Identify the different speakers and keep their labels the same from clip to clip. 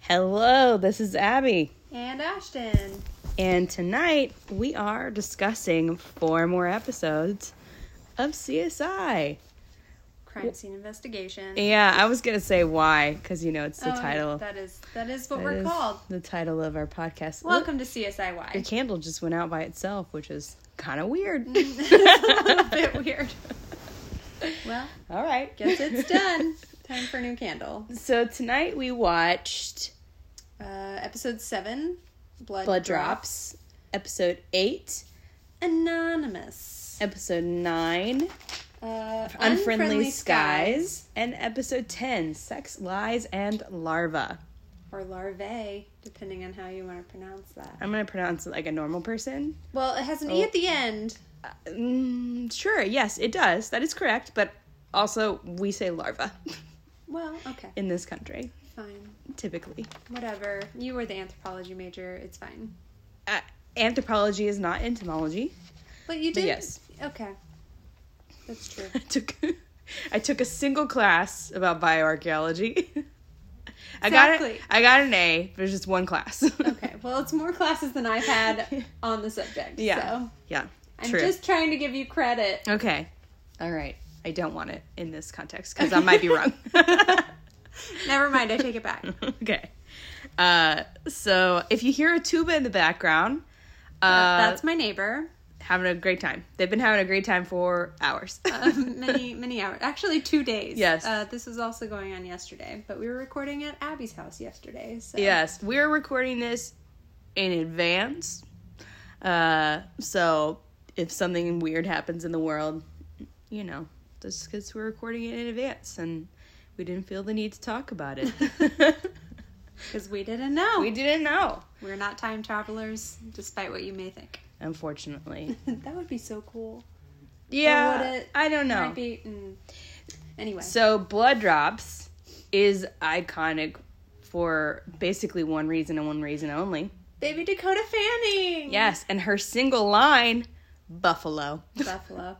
Speaker 1: Hello, this is Abby.
Speaker 2: And Ashton.
Speaker 1: And tonight we are discussing four more episodes of CSI.
Speaker 2: Crime scene investigation.
Speaker 1: Yeah, I was going to say why because you know it's the
Speaker 2: Oh,
Speaker 1: title.
Speaker 2: That is that is what
Speaker 1: That
Speaker 2: we're
Speaker 1: is
Speaker 2: called.
Speaker 1: The title of our podcast. Look,
Speaker 2: Welcome to
Speaker 1: Your
Speaker 2: CSIY.
Speaker 1: candle just went out by itself, which is kind of weird.
Speaker 2: Mm-hmm. it's a little bit weird. Well,
Speaker 1: All right.
Speaker 2: guess it's done. Time for a new candle.
Speaker 1: So tonight we watched
Speaker 2: Uh, episode seven, blood,
Speaker 1: Blood Drops, episode 8,
Speaker 2: Anonymous.
Speaker 1: episode 9,
Speaker 2: Uh,
Speaker 1: Unfriendly, skies, and episode 10, Sex, Lies, and Larva.
Speaker 2: or larvae, depending on how you want to pronounce that.
Speaker 1: I'm going to pronounce it like a normal person.
Speaker 2: Well, it has an e
Speaker 1: Oh.
Speaker 2: at the end.
Speaker 1: Uh, mm, sure, yes, it does. That is correct, but also we say larva
Speaker 2: Well, okay,
Speaker 1: in this country,
Speaker 2: fine,
Speaker 1: typically.
Speaker 2: whatever. You were the anthropology major. It's fine.
Speaker 1: Uh, anthropology is not entomology.
Speaker 2: But you
Speaker 1: But
Speaker 2: did.
Speaker 1: yes.
Speaker 2: Okay. That's true.
Speaker 1: I took I took a single class about bioarchaeology. I got it.
Speaker 2: Exactly.
Speaker 1: I got an A, but it was just one class.
Speaker 2: Okay. Well, it's more classes than I've had on the subject.
Speaker 1: Yeah.
Speaker 2: So
Speaker 1: Yeah.
Speaker 2: I'm
Speaker 1: true.
Speaker 2: just trying to give you credit.
Speaker 1: Okay. All right. I don't want it in this context because I might be wrong.
Speaker 2: Never mind. I take it back.
Speaker 1: okay. Uh, so if you hear a tuba in the background, uh,
Speaker 2: That's my neighbor.
Speaker 1: having a great time. They've been having a great time for hours.
Speaker 2: Um, many, many hours. Actually, two days.
Speaker 1: Yes.
Speaker 2: Uh, this was also going on yesterday, but we were recording at Abby's house yesterday. So
Speaker 1: Yes, we're recording this in advance. Uh, so if something weird happens in the world, you know, that's because we're recording it in advance and we didn't feel the need to talk about it.
Speaker 2: Because we didn't know.
Speaker 1: we didn't know,
Speaker 2: We- are not time travelers, despite what you may think.
Speaker 1: unfortunately.
Speaker 2: that would be so cool.
Speaker 1: Yeah,
Speaker 2: would it-
Speaker 1: I don't know.
Speaker 2: Might be. Mm. Anyway.
Speaker 1: So Blood Drops is iconic for basically one reason and one reason only.
Speaker 2: Baby Dakota Fanning.
Speaker 1: Yes, and her single line, Buffalo.
Speaker 2: Buffalo.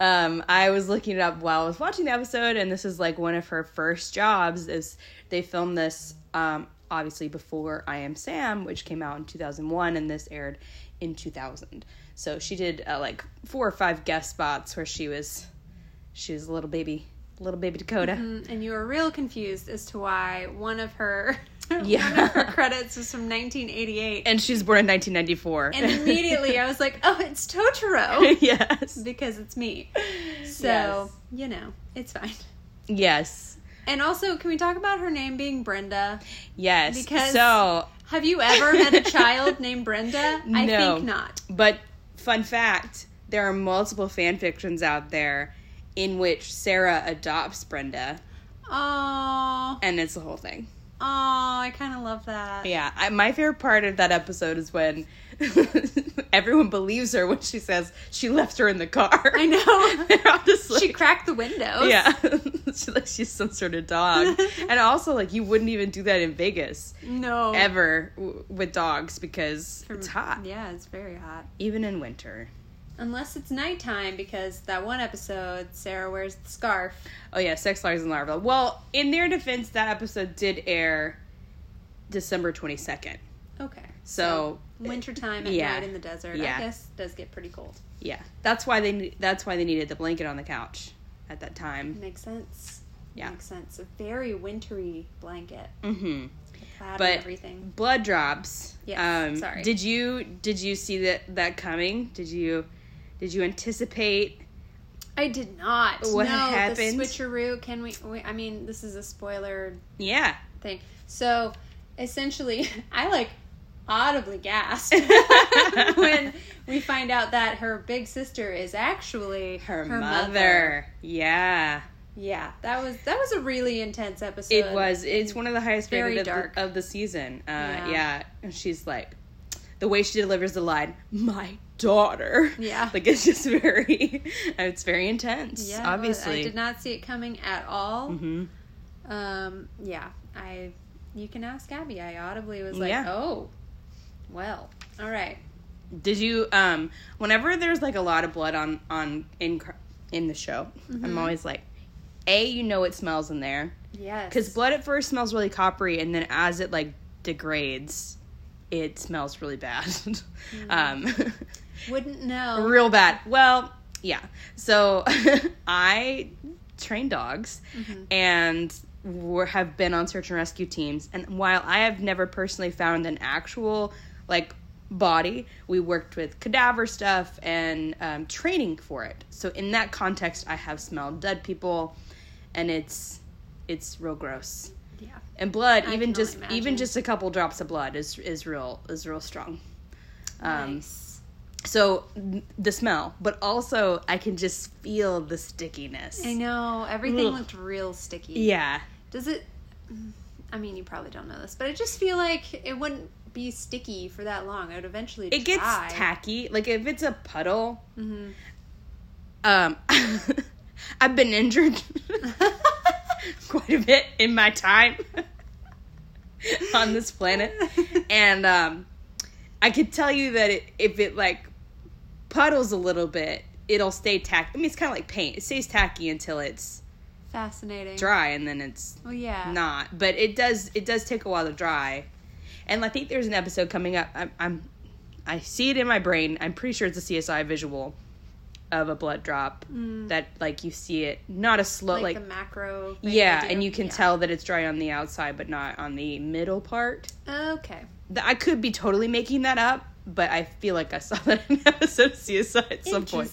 Speaker 1: um, I was looking it up while I was watching the episode, and this is like one of her first jobs. Is they filmed this um, obviously before I Am Sam, which came out in 2001, and this aired in 2000. So she did uh, like four or five guest spots where she was, she was a little baby, little baby Dakota.
Speaker 2: Mm, And you were real confused as to why one of her one
Speaker 1: Yeah.
Speaker 2: of her credits was from 1988.
Speaker 1: and she was born in 1994.
Speaker 2: And immediately I was like, "Oh, it's Totoro
Speaker 1: yes,
Speaker 2: because it's me." So,
Speaker 1: Yes.
Speaker 2: you know, it's fine.
Speaker 1: yes,
Speaker 2: And also, can we talk about her name being Brenda?
Speaker 1: yes.
Speaker 2: Because-
Speaker 1: so,
Speaker 2: Have you ever met a child named Brenda? I
Speaker 1: No.
Speaker 2: think not.
Speaker 1: but fun fact: there are multiple fan fictions out there in which Sarah adopts Brenda,
Speaker 2: Oh,
Speaker 1: and it's the whole thing.
Speaker 2: oh, I kind of love that.
Speaker 1: Yeah, I, my favorite part of that episode is when everyone believes her when she says she left her in the car.
Speaker 2: I know.
Speaker 1: They're all just like,
Speaker 2: She cracked the windows.
Speaker 1: Yeah, she, like she's some sort of dog, and also like you wouldn't even do that in Vegas.
Speaker 2: No.
Speaker 1: ever w- with dogs because it's hot,
Speaker 2: Yeah, it's very hot.
Speaker 1: even in winter.
Speaker 2: Unless it's nighttime, because that one episode, Sarah wears the scarf.
Speaker 1: Oh yeah, sex lies and larva. Well, in their defense, that episode did air December twenty second.
Speaker 2: Okay.
Speaker 1: So
Speaker 2: Wintertime at
Speaker 1: Yeah.
Speaker 2: night in the desert,
Speaker 1: Yeah.
Speaker 2: I guess, does get pretty cold.
Speaker 1: yeah, that's why they ne- that's why they needed the blanket on the couch at that time.
Speaker 2: Makes sense.
Speaker 1: Yeah.
Speaker 2: Makes sense. A very wintry blanket.
Speaker 1: Mm-hmm.
Speaker 2: Cloud
Speaker 1: But-
Speaker 2: and everything.
Speaker 1: Blood drops. Um,
Speaker 2: Yes, sorry.
Speaker 1: Did you did you see that that coming? Did you did you anticipate?
Speaker 2: I did not.
Speaker 1: What
Speaker 2: know
Speaker 1: happened?
Speaker 2: The switcheroo. Can we, we? I mean, this is a spoiler
Speaker 1: Yeah.
Speaker 2: thing. So essentially, I like audibly gasped when we find out that her big sister is actually
Speaker 1: Her, mother. Yeah.
Speaker 2: Yeah, that was that was a really intense episode.
Speaker 1: It was. It's one of the highest
Speaker 2: Very
Speaker 1: rated of
Speaker 2: dark.
Speaker 1: the, of the season. Uh,
Speaker 2: Yeah.
Speaker 1: yeah. And she's like, the way she delivers the line, my daughter.
Speaker 2: Yeah.
Speaker 1: Like it's just very, it's very intense.
Speaker 2: Yeah, it was.
Speaker 1: obviously.
Speaker 2: I did not see it coming at all.
Speaker 1: hmm
Speaker 2: Um, yeah, I. You can ask Abby. I audibly was like,
Speaker 1: Yeah.
Speaker 2: "Oh, well, all right."
Speaker 1: Did you? Um. Whenever there's like a lot of blood on
Speaker 2: Mm-hmm.
Speaker 1: on in cr- in the show, I'm always like, a you know it smells in there.
Speaker 2: Yes.
Speaker 1: Because blood at first smells really coppery, and then as it like degrades, it smells really bad.
Speaker 2: Mm-hmm.
Speaker 1: um,
Speaker 2: wouldn't know.
Speaker 1: real bad. Well, yeah. So I train dogs
Speaker 2: Mm-hmm.
Speaker 1: and were, have been on search and rescue teams. And while I have never personally found an actual like body, we worked with cadaver stuff and um, training for it. So in that context, I have smelled dead people, and it's it's real gross.
Speaker 2: Yeah.
Speaker 1: And blood,
Speaker 2: I can
Speaker 1: even
Speaker 2: only
Speaker 1: just even
Speaker 2: imagine.
Speaker 1: just a couple drops of blood is is real is real strong. Um,
Speaker 2: nice.
Speaker 1: so n- the smell, but also I can just feel the stickiness.
Speaker 2: I know everything
Speaker 1: Ugh.
Speaker 2: looked real sticky.
Speaker 1: Yeah.
Speaker 2: Does it? I mean, you probably don't know this, but I just feel like it wouldn't be sticky for that long. I would eventually.
Speaker 1: It gets
Speaker 2: dry.
Speaker 1: tacky. Like if it's a puddle,
Speaker 2: Mhm.
Speaker 1: um I've been injured quite a bit in my time on this planet. And um I could tell you that it, if it like puddles a little bit, it'll stay tacky. I mean, it's kind of like paint. It stays tacky until it's
Speaker 2: Fascinating.
Speaker 1: dry and then it's
Speaker 2: Well, yeah.
Speaker 1: not but it does it does take a while to dry and i think there's an episode coming up i'm, I'm i see it in my brain i'm pretty sure it's a csi visual of a blood drop that like you see it not a slow
Speaker 2: Mm. like,
Speaker 1: like,
Speaker 2: the macro. thing
Speaker 1: yeah
Speaker 2: they do.
Speaker 1: and you can
Speaker 2: Yeah.
Speaker 1: tell that it's dry on the outside but not on the middle part
Speaker 2: Okay.
Speaker 1: Th- i could be totally making that up but i feel like i saw that in an episode of csi at some point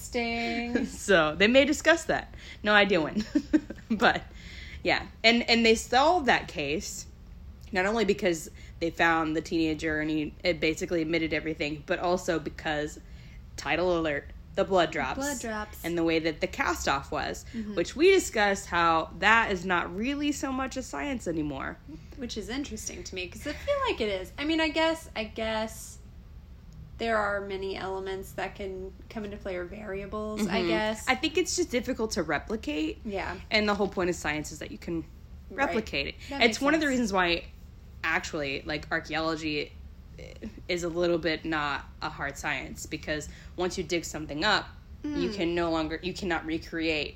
Speaker 2: Interesting.
Speaker 1: so they may discuss that. No idea when, but yeah, and and they solved that case not only because they found the teenager and he it basically admitted everything, but also because title alert the blood drops,
Speaker 2: Blood drops. Mm-hmm.
Speaker 1: and the way that the cast off was, which we discussed how that is not really so much a science anymore.
Speaker 2: which is interesting to me because I feel like it is. I mean, I guess, I guess there are many elements that can come into play or variables. I guess.
Speaker 1: Mm-hmm. I think it's just difficult to replicate.
Speaker 2: yeah.
Speaker 1: And the whole point of science is that you can
Speaker 2: Right.
Speaker 1: replicate it.
Speaker 2: That
Speaker 1: it's
Speaker 2: makes
Speaker 1: one of the
Speaker 2: sense.
Speaker 1: reasons why, actually, like archaeology is a little bit not a hard science because once you dig something up, you
Speaker 2: Hmm.
Speaker 1: can no longer you cannot recreate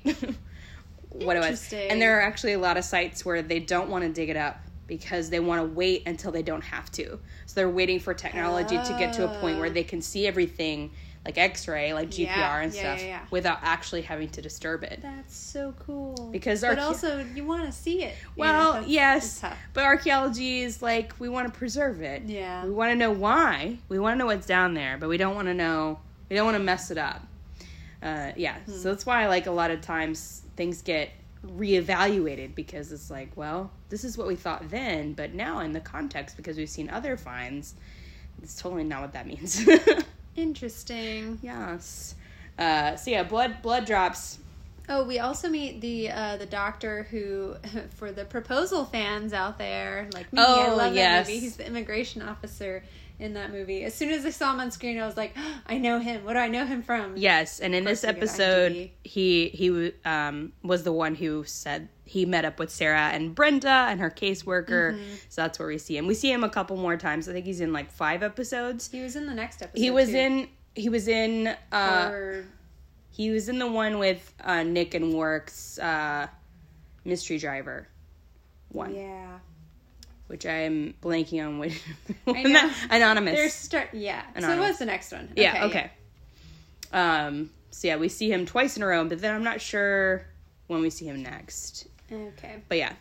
Speaker 1: what it was.
Speaker 2: Interesting.
Speaker 1: And there are actually a lot of sites where they don't want to dig it up because they want to wait until they don't have to. So they're waiting for technology to get to a point where
Speaker 2: Oh.
Speaker 1: they can see everything like x-ray, like GPR
Speaker 2: Yeah,
Speaker 1: and
Speaker 2: yeah,
Speaker 1: stuff
Speaker 2: yeah, yeah.
Speaker 1: without actually having to disturb it.
Speaker 2: That's so cool.
Speaker 1: Because
Speaker 2: but
Speaker 1: archae-
Speaker 2: also you want to see it. you know,
Speaker 1: Well,
Speaker 2: that's-
Speaker 1: yes,
Speaker 2: that's tough.
Speaker 1: but archaeology is like we want to preserve it.
Speaker 2: Yeah.
Speaker 1: We want to know why. We want to know what's down there, but we don't want to know. We don't want to mess it up. Uh, yeah.
Speaker 2: Hmm.
Speaker 1: So that's why, like, a lot of times things get reevaluated because it's like, well, this is what we thought then, but now in the context, because we've seen other finds, it's totally not what that means.
Speaker 2: Interesting.
Speaker 1: yes. Uh, so yeah, blood blood drops.
Speaker 2: Oh, we also meet the uh, the doctor who, for the proposal fans out there, like me, I
Speaker 1: Oh,
Speaker 2: love
Speaker 1: yes.
Speaker 2: that movie. He's the immigration officer in that movie. As soon as I saw him on screen, I was like, I know him. What do I know him from?
Speaker 1: Yes, and in this
Speaker 2: course we get
Speaker 1: episode,
Speaker 2: IMDb.
Speaker 1: he he um was the one who said he met up with Sarah and Brenda and her caseworker.
Speaker 2: Mm-hmm.
Speaker 1: So that's where we see him. We see him a couple more times. I think he's in like five episodes.
Speaker 2: He was in the next episode.
Speaker 1: He was
Speaker 2: too.
Speaker 1: in he was in uh
Speaker 2: Or-
Speaker 1: he was in the one with uh Nick and Works uh mystery driver one,
Speaker 2: yeah.
Speaker 1: which I am blanking on which
Speaker 2: I
Speaker 1: one
Speaker 2: know.
Speaker 1: that- anonymous.
Speaker 2: There's start. Yeah. So it
Speaker 1: Anonymous.
Speaker 2: was the next one.
Speaker 1: Yeah, okay. Um so yeah, we see him twice in a row, but then I'm not sure when we see him next.
Speaker 2: yeah. Okay.
Speaker 1: But yeah,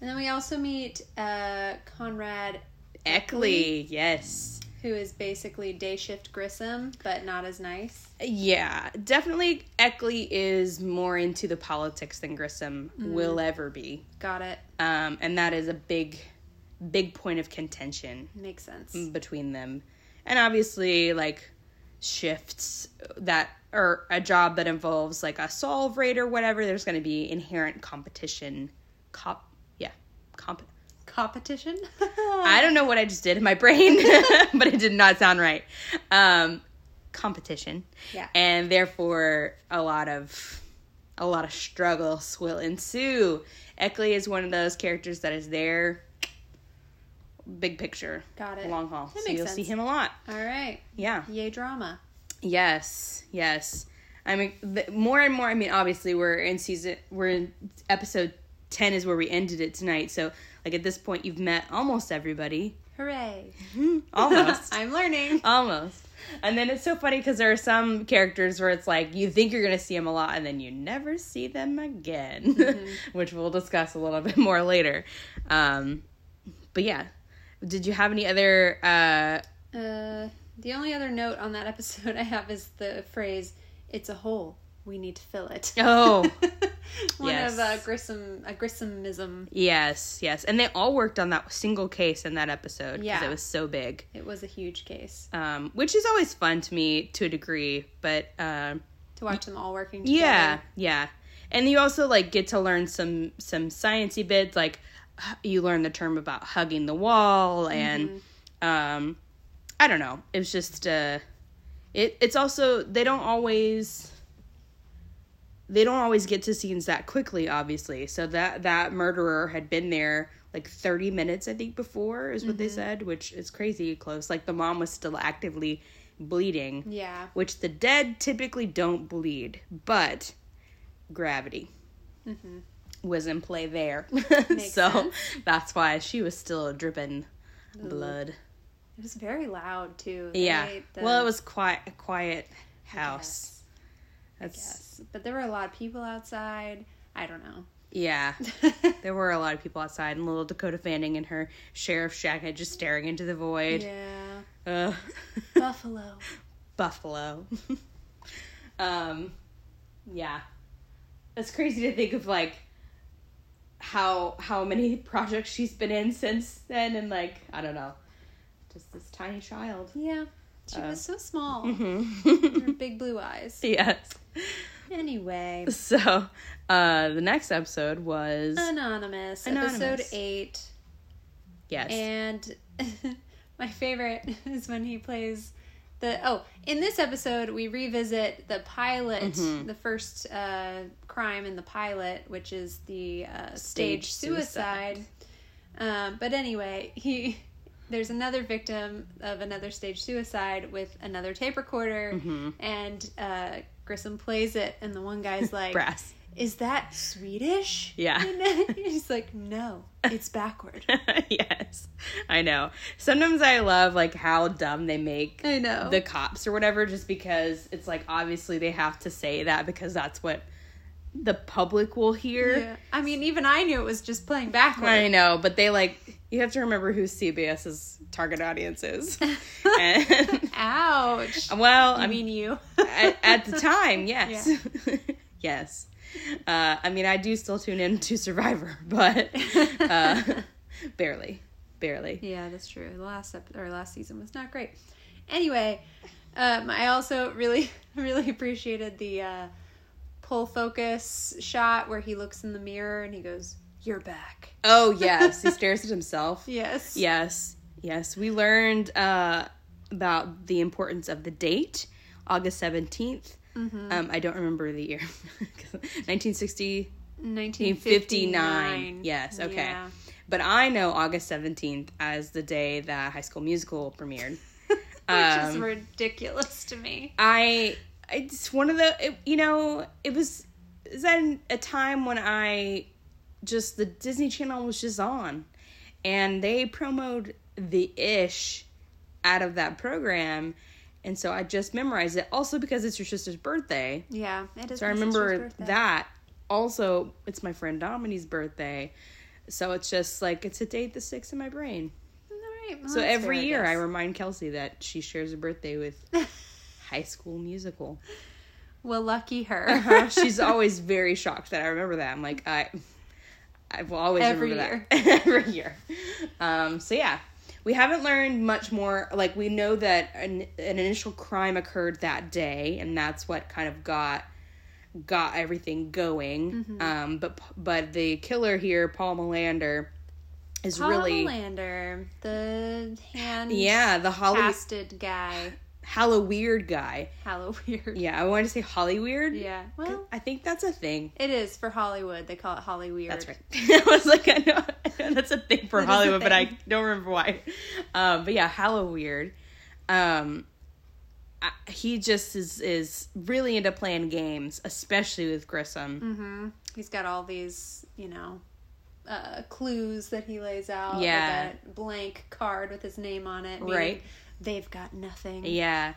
Speaker 2: And then we also meet uh, Conrad,
Speaker 1: Eckley, yes.
Speaker 2: who is basically day shift Grissom, but not as nice.
Speaker 1: Yeah, definitely Eckley is more into the politics than Grissom will ever be.
Speaker 2: Got it.
Speaker 1: Um, and that is a big, big point of contention
Speaker 2: Makes sense.
Speaker 1: between them. And obviously, like, shifts that or a job that involves like a solve rate or whatever, there's going to be inherent competition. Cop, yeah, comp.
Speaker 2: Competition.
Speaker 1: I don't know what I just did in my brain, but it did not sound right. Um, competition,
Speaker 2: Yeah.
Speaker 1: and therefore a lot of a lot of struggles will ensue. Eckley is one of those characters that is there, big picture,
Speaker 2: Got it.
Speaker 1: long haul.
Speaker 2: That
Speaker 1: so
Speaker 2: makes
Speaker 1: you'll see
Speaker 2: sense.
Speaker 1: him a lot.
Speaker 2: All right.
Speaker 1: Yeah.
Speaker 2: Yay drama.
Speaker 1: Yes, yes. I mean, the, more and more. I mean, obviously, we're in season, we're in episode 10 is where we ended it tonight. So, like, at this point, you've met almost everybody.
Speaker 2: Hooray.
Speaker 1: Almost.
Speaker 2: I'm learning.
Speaker 1: almost. And then it's so funny because there are some characters where it's like you think you're going to see them a lot and then you never see them again, which we'll discuss a little bit more later. Um, but yeah, did you have any other? Uh,
Speaker 2: Uh, the only other note on that episode I have is the phrase, it's a hole. We need to fill it.
Speaker 1: oh,
Speaker 2: One
Speaker 1: Yes.
Speaker 2: of uh, Grissom, a Grissomism.
Speaker 1: yes, yes. And they all worked on that single case in that episode because
Speaker 2: Yeah.
Speaker 1: it was so big.
Speaker 2: It was a huge case
Speaker 1: um, which is always fun to me to a degree. But um,
Speaker 2: to watch them all working together.
Speaker 1: yeah, yeah, and you also like get to learn some some sciency bits. Like h- you learn the term about hugging the wall, and um, I don't know. It's just uh, it it's also they don't always they don't always get to scenes that quickly obviously so that that murderer had been there like 30 minutes i think before is what they said which is crazy close like the mom was still actively bleeding
Speaker 2: Yeah.
Speaker 1: which the dead typically don't bleed but gravity was in play there so
Speaker 2: Mm-hmm. sense.
Speaker 1: that's why she was still dripping blood
Speaker 2: It was very loud, too. They
Speaker 1: yeah
Speaker 2: made the-
Speaker 1: well it was quiet a quiet house
Speaker 2: Yes,
Speaker 1: that's
Speaker 2: yes. But there were a lot of people outside. I don't know.
Speaker 1: yeah There were a lot of people outside, and little Dakota Fanning in her sheriff's jacket just staring into the void.
Speaker 2: yeah.
Speaker 1: Ugh.
Speaker 2: Buffalo.
Speaker 1: Buffalo. um, yeah, it's crazy to think of like how how many projects she's been in since then, and like I don't know, just this tiny child.
Speaker 2: Yeah.
Speaker 1: Uh,
Speaker 2: She was so small.
Speaker 1: mm-hmm.
Speaker 2: Her big blue eyes.
Speaker 1: yes.
Speaker 2: Anyway.
Speaker 1: So, uh, the next episode was
Speaker 2: Uh, Anonymous, episode
Speaker 1: Anonymous.
Speaker 2: eight.
Speaker 1: yes,
Speaker 2: And my favorite is when he plays the oh, in this episode we revisit the pilot,
Speaker 1: Mm-hmm.
Speaker 2: the first uh, crime in the pilot, which is the uh,
Speaker 1: Stage
Speaker 2: stage, suicide. Um, but anyway, he there's another victim of another stage suicide with another tape recorder,
Speaker 1: Mm-hmm.
Speaker 2: and uh, Grissom plays it, and the one guy's like,
Speaker 1: brass.
Speaker 2: is that Swedish?
Speaker 1: Yeah.
Speaker 2: And then he's like, no, it's backward.
Speaker 1: yes, I know. Sometimes I love like how dumb they make
Speaker 2: I know.
Speaker 1: the cops or whatever, just because it's like obviously they have to say that because that's what the public will hear.
Speaker 2: Yeah. I mean, even I knew it was just playing backward.
Speaker 1: I know, but they like you have to remember who CBS's target audience is. and,
Speaker 2: Ouch.
Speaker 1: well,
Speaker 2: I
Speaker 1: I mean,
Speaker 2: mean, you.
Speaker 1: at, at the time, yes, yes. Uh, I mean, I do still tune in to Survivor, but uh, barely, barely.
Speaker 2: yeah, that's true. The last ep- or last season was not great. Anyway, um, I also really, really appreciated the uh, pull focus shot where he looks in the mirror and he goes, "You're back."
Speaker 1: Oh yes, he stares at himself.
Speaker 2: Yes.
Speaker 1: Yes, yes. We learned uh, about the importance of the date, August 17th Um, I don't remember the year, 1960,
Speaker 2: 1959.
Speaker 1: 1959. Yes, okay.
Speaker 2: Yeah.
Speaker 1: But I know August seventeenth as the day that High School Musical premiered.
Speaker 2: Which is
Speaker 1: Um,
Speaker 2: ridiculous to me.
Speaker 1: I it's one of the it, you know it was it was at a time when I just the Disney Channel was just on, and they promoted the ish out of that program, and so I just memorized it. Also because it's your sister's birthday,
Speaker 2: Yeah, it is.
Speaker 1: so I
Speaker 2: my sister's
Speaker 1: remember
Speaker 2: birthday.
Speaker 1: that. Also, it's my friend Domini's birthday, so it's just like it's a date that sticks in my brain.
Speaker 2: All right, well,
Speaker 1: So
Speaker 2: that's
Speaker 1: every
Speaker 2: fair,
Speaker 1: year I
Speaker 2: guess.
Speaker 1: remind Kelsey that she shares a birthday with High School Musical.
Speaker 2: well, lucky her.
Speaker 1: Uh, she's always very shocked that I remember that. I'm like, I, I will always
Speaker 2: Every
Speaker 1: remember that every year. Um, so yeah, we haven't learned much more. Like we know that an, an initial crime occurred that day, and that's what kind of got got everything going.
Speaker 2: Mm-hmm.
Speaker 1: Um, but but the killer here, Paul Melander, is
Speaker 2: Paul
Speaker 1: really
Speaker 2: Lander, the hand
Speaker 1: yeah the Holly
Speaker 2: casted guy.
Speaker 1: Halloweird guy.
Speaker 2: Hello weird. Yeah.
Speaker 1: Yeah, I wanted to say Hollyweird.
Speaker 2: Well,
Speaker 1: I think that's a thing.
Speaker 2: it is for Hollywood. They call it Holly weird.
Speaker 1: That's right. I was like, I know, I know that's a thing for
Speaker 2: That is a
Speaker 1: Hollywood, but I
Speaker 2: thing.
Speaker 1: don't remember why. Um, but yeah, Hallow Weird. Um, I, he just is is really into playing games, especially with Grissom.
Speaker 2: He's got all these, you know, uh, clues that he lays out.
Speaker 1: Yeah.
Speaker 2: Like a blank card with his name on it. meaning
Speaker 1: Right.
Speaker 2: They've got nothing.
Speaker 1: Yeah.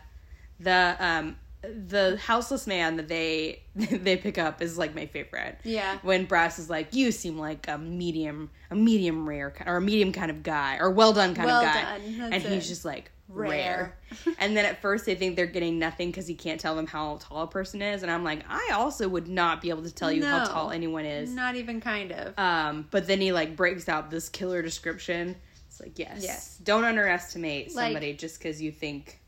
Speaker 1: The um the houseless man that they they pick up is like my favorite.
Speaker 2: Yeah.
Speaker 1: When Brass is like, "You seem like a medium, a medium rare ki- or a medium kind of guy or well done kind
Speaker 2: Well
Speaker 1: of guy,"
Speaker 2: done, that's
Speaker 1: and he's
Speaker 2: it.
Speaker 1: just like rare.
Speaker 2: Rare.
Speaker 1: and then at first they think they're getting nothing because he can't tell them how tall a person is, and I'm like, I also would not be able to tell you how
Speaker 2: No.
Speaker 1: tall anyone is.
Speaker 2: Not even kind of.
Speaker 1: Um, but then he like breaks out this killer description. It's like yes,
Speaker 2: Yes.
Speaker 1: Don't underestimate
Speaker 2: Like-
Speaker 1: somebody just because you think,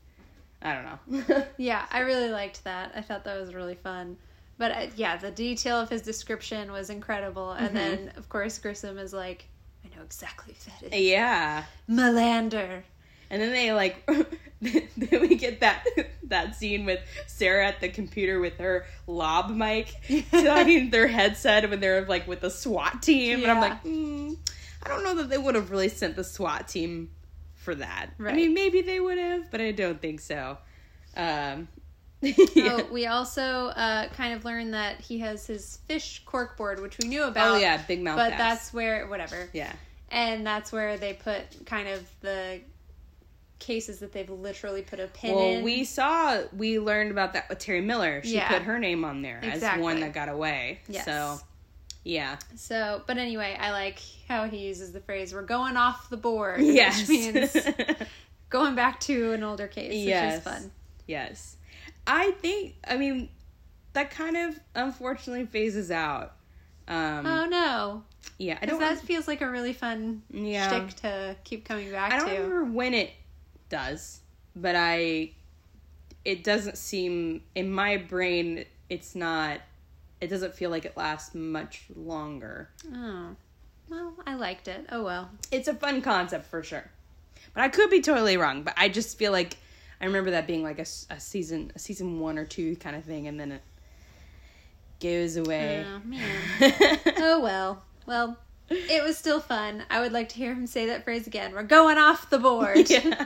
Speaker 1: I don't know.
Speaker 2: yeah, I really liked that. I thought that was really fun. But uh, yeah, the detail of his description was incredible.
Speaker 1: Mm-hmm.
Speaker 2: And then, of course, Grissom is like, I know exactly who that is.
Speaker 1: yeah.
Speaker 2: Melander.
Speaker 1: And then they like, then we get that that scene with Sarah at the computer with her lob mic talking their headset when they're like with the SWAT team, and I'm
Speaker 2: Yeah.
Speaker 1: like, mm, I don't know that they would have really sent the SWAT team for that.
Speaker 2: Right.
Speaker 1: I mean, maybe they would have, but I don't think so. Um,
Speaker 2: Oh, we also uh, kind of learned that he has his fish corkboard, which we knew about.
Speaker 1: Oh yeah, big mouth.
Speaker 2: Um, But
Speaker 1: ass.
Speaker 2: that's where, whatever.
Speaker 1: yeah,
Speaker 2: And that's where they put kind of the cases that they've literally put a pin
Speaker 1: well,
Speaker 2: in.
Speaker 1: we saw, we learned about that with Terry Miller. She
Speaker 2: Yeah.
Speaker 1: put her name on there as
Speaker 2: Exactly.
Speaker 1: one that got away.
Speaker 2: Yes.
Speaker 1: So, yeah.
Speaker 2: So, but anyway, I like how he uses the phrase "we're going off the board,"
Speaker 1: Yes.
Speaker 2: which means going back to an older case,
Speaker 1: Yes.
Speaker 2: which is fun.
Speaker 1: yes. I think, I mean, that kind of unfortunately phases out. Um,
Speaker 2: Oh no,
Speaker 1: yeah, I
Speaker 2: 'Cause
Speaker 1: don't.
Speaker 2: that feels like a really fun
Speaker 1: Mm, Yeah.
Speaker 2: shtick to keep coming back
Speaker 1: I don't
Speaker 2: to.
Speaker 1: remember when it does, but I it doesn't seem in my brain it's not it doesn't feel like it lasts much longer.
Speaker 2: Oh, well, I liked it. Oh well,
Speaker 1: It's a fun concept for sure. But I could be totally wrong, but I just feel like I remember that being like a, s- a season a season 1 or 2 kind of thing and then it goes away.
Speaker 2: oh man, oh well, well. It was still fun. I would like to hear him say that phrase again. We're going off the board.
Speaker 1: Yeah.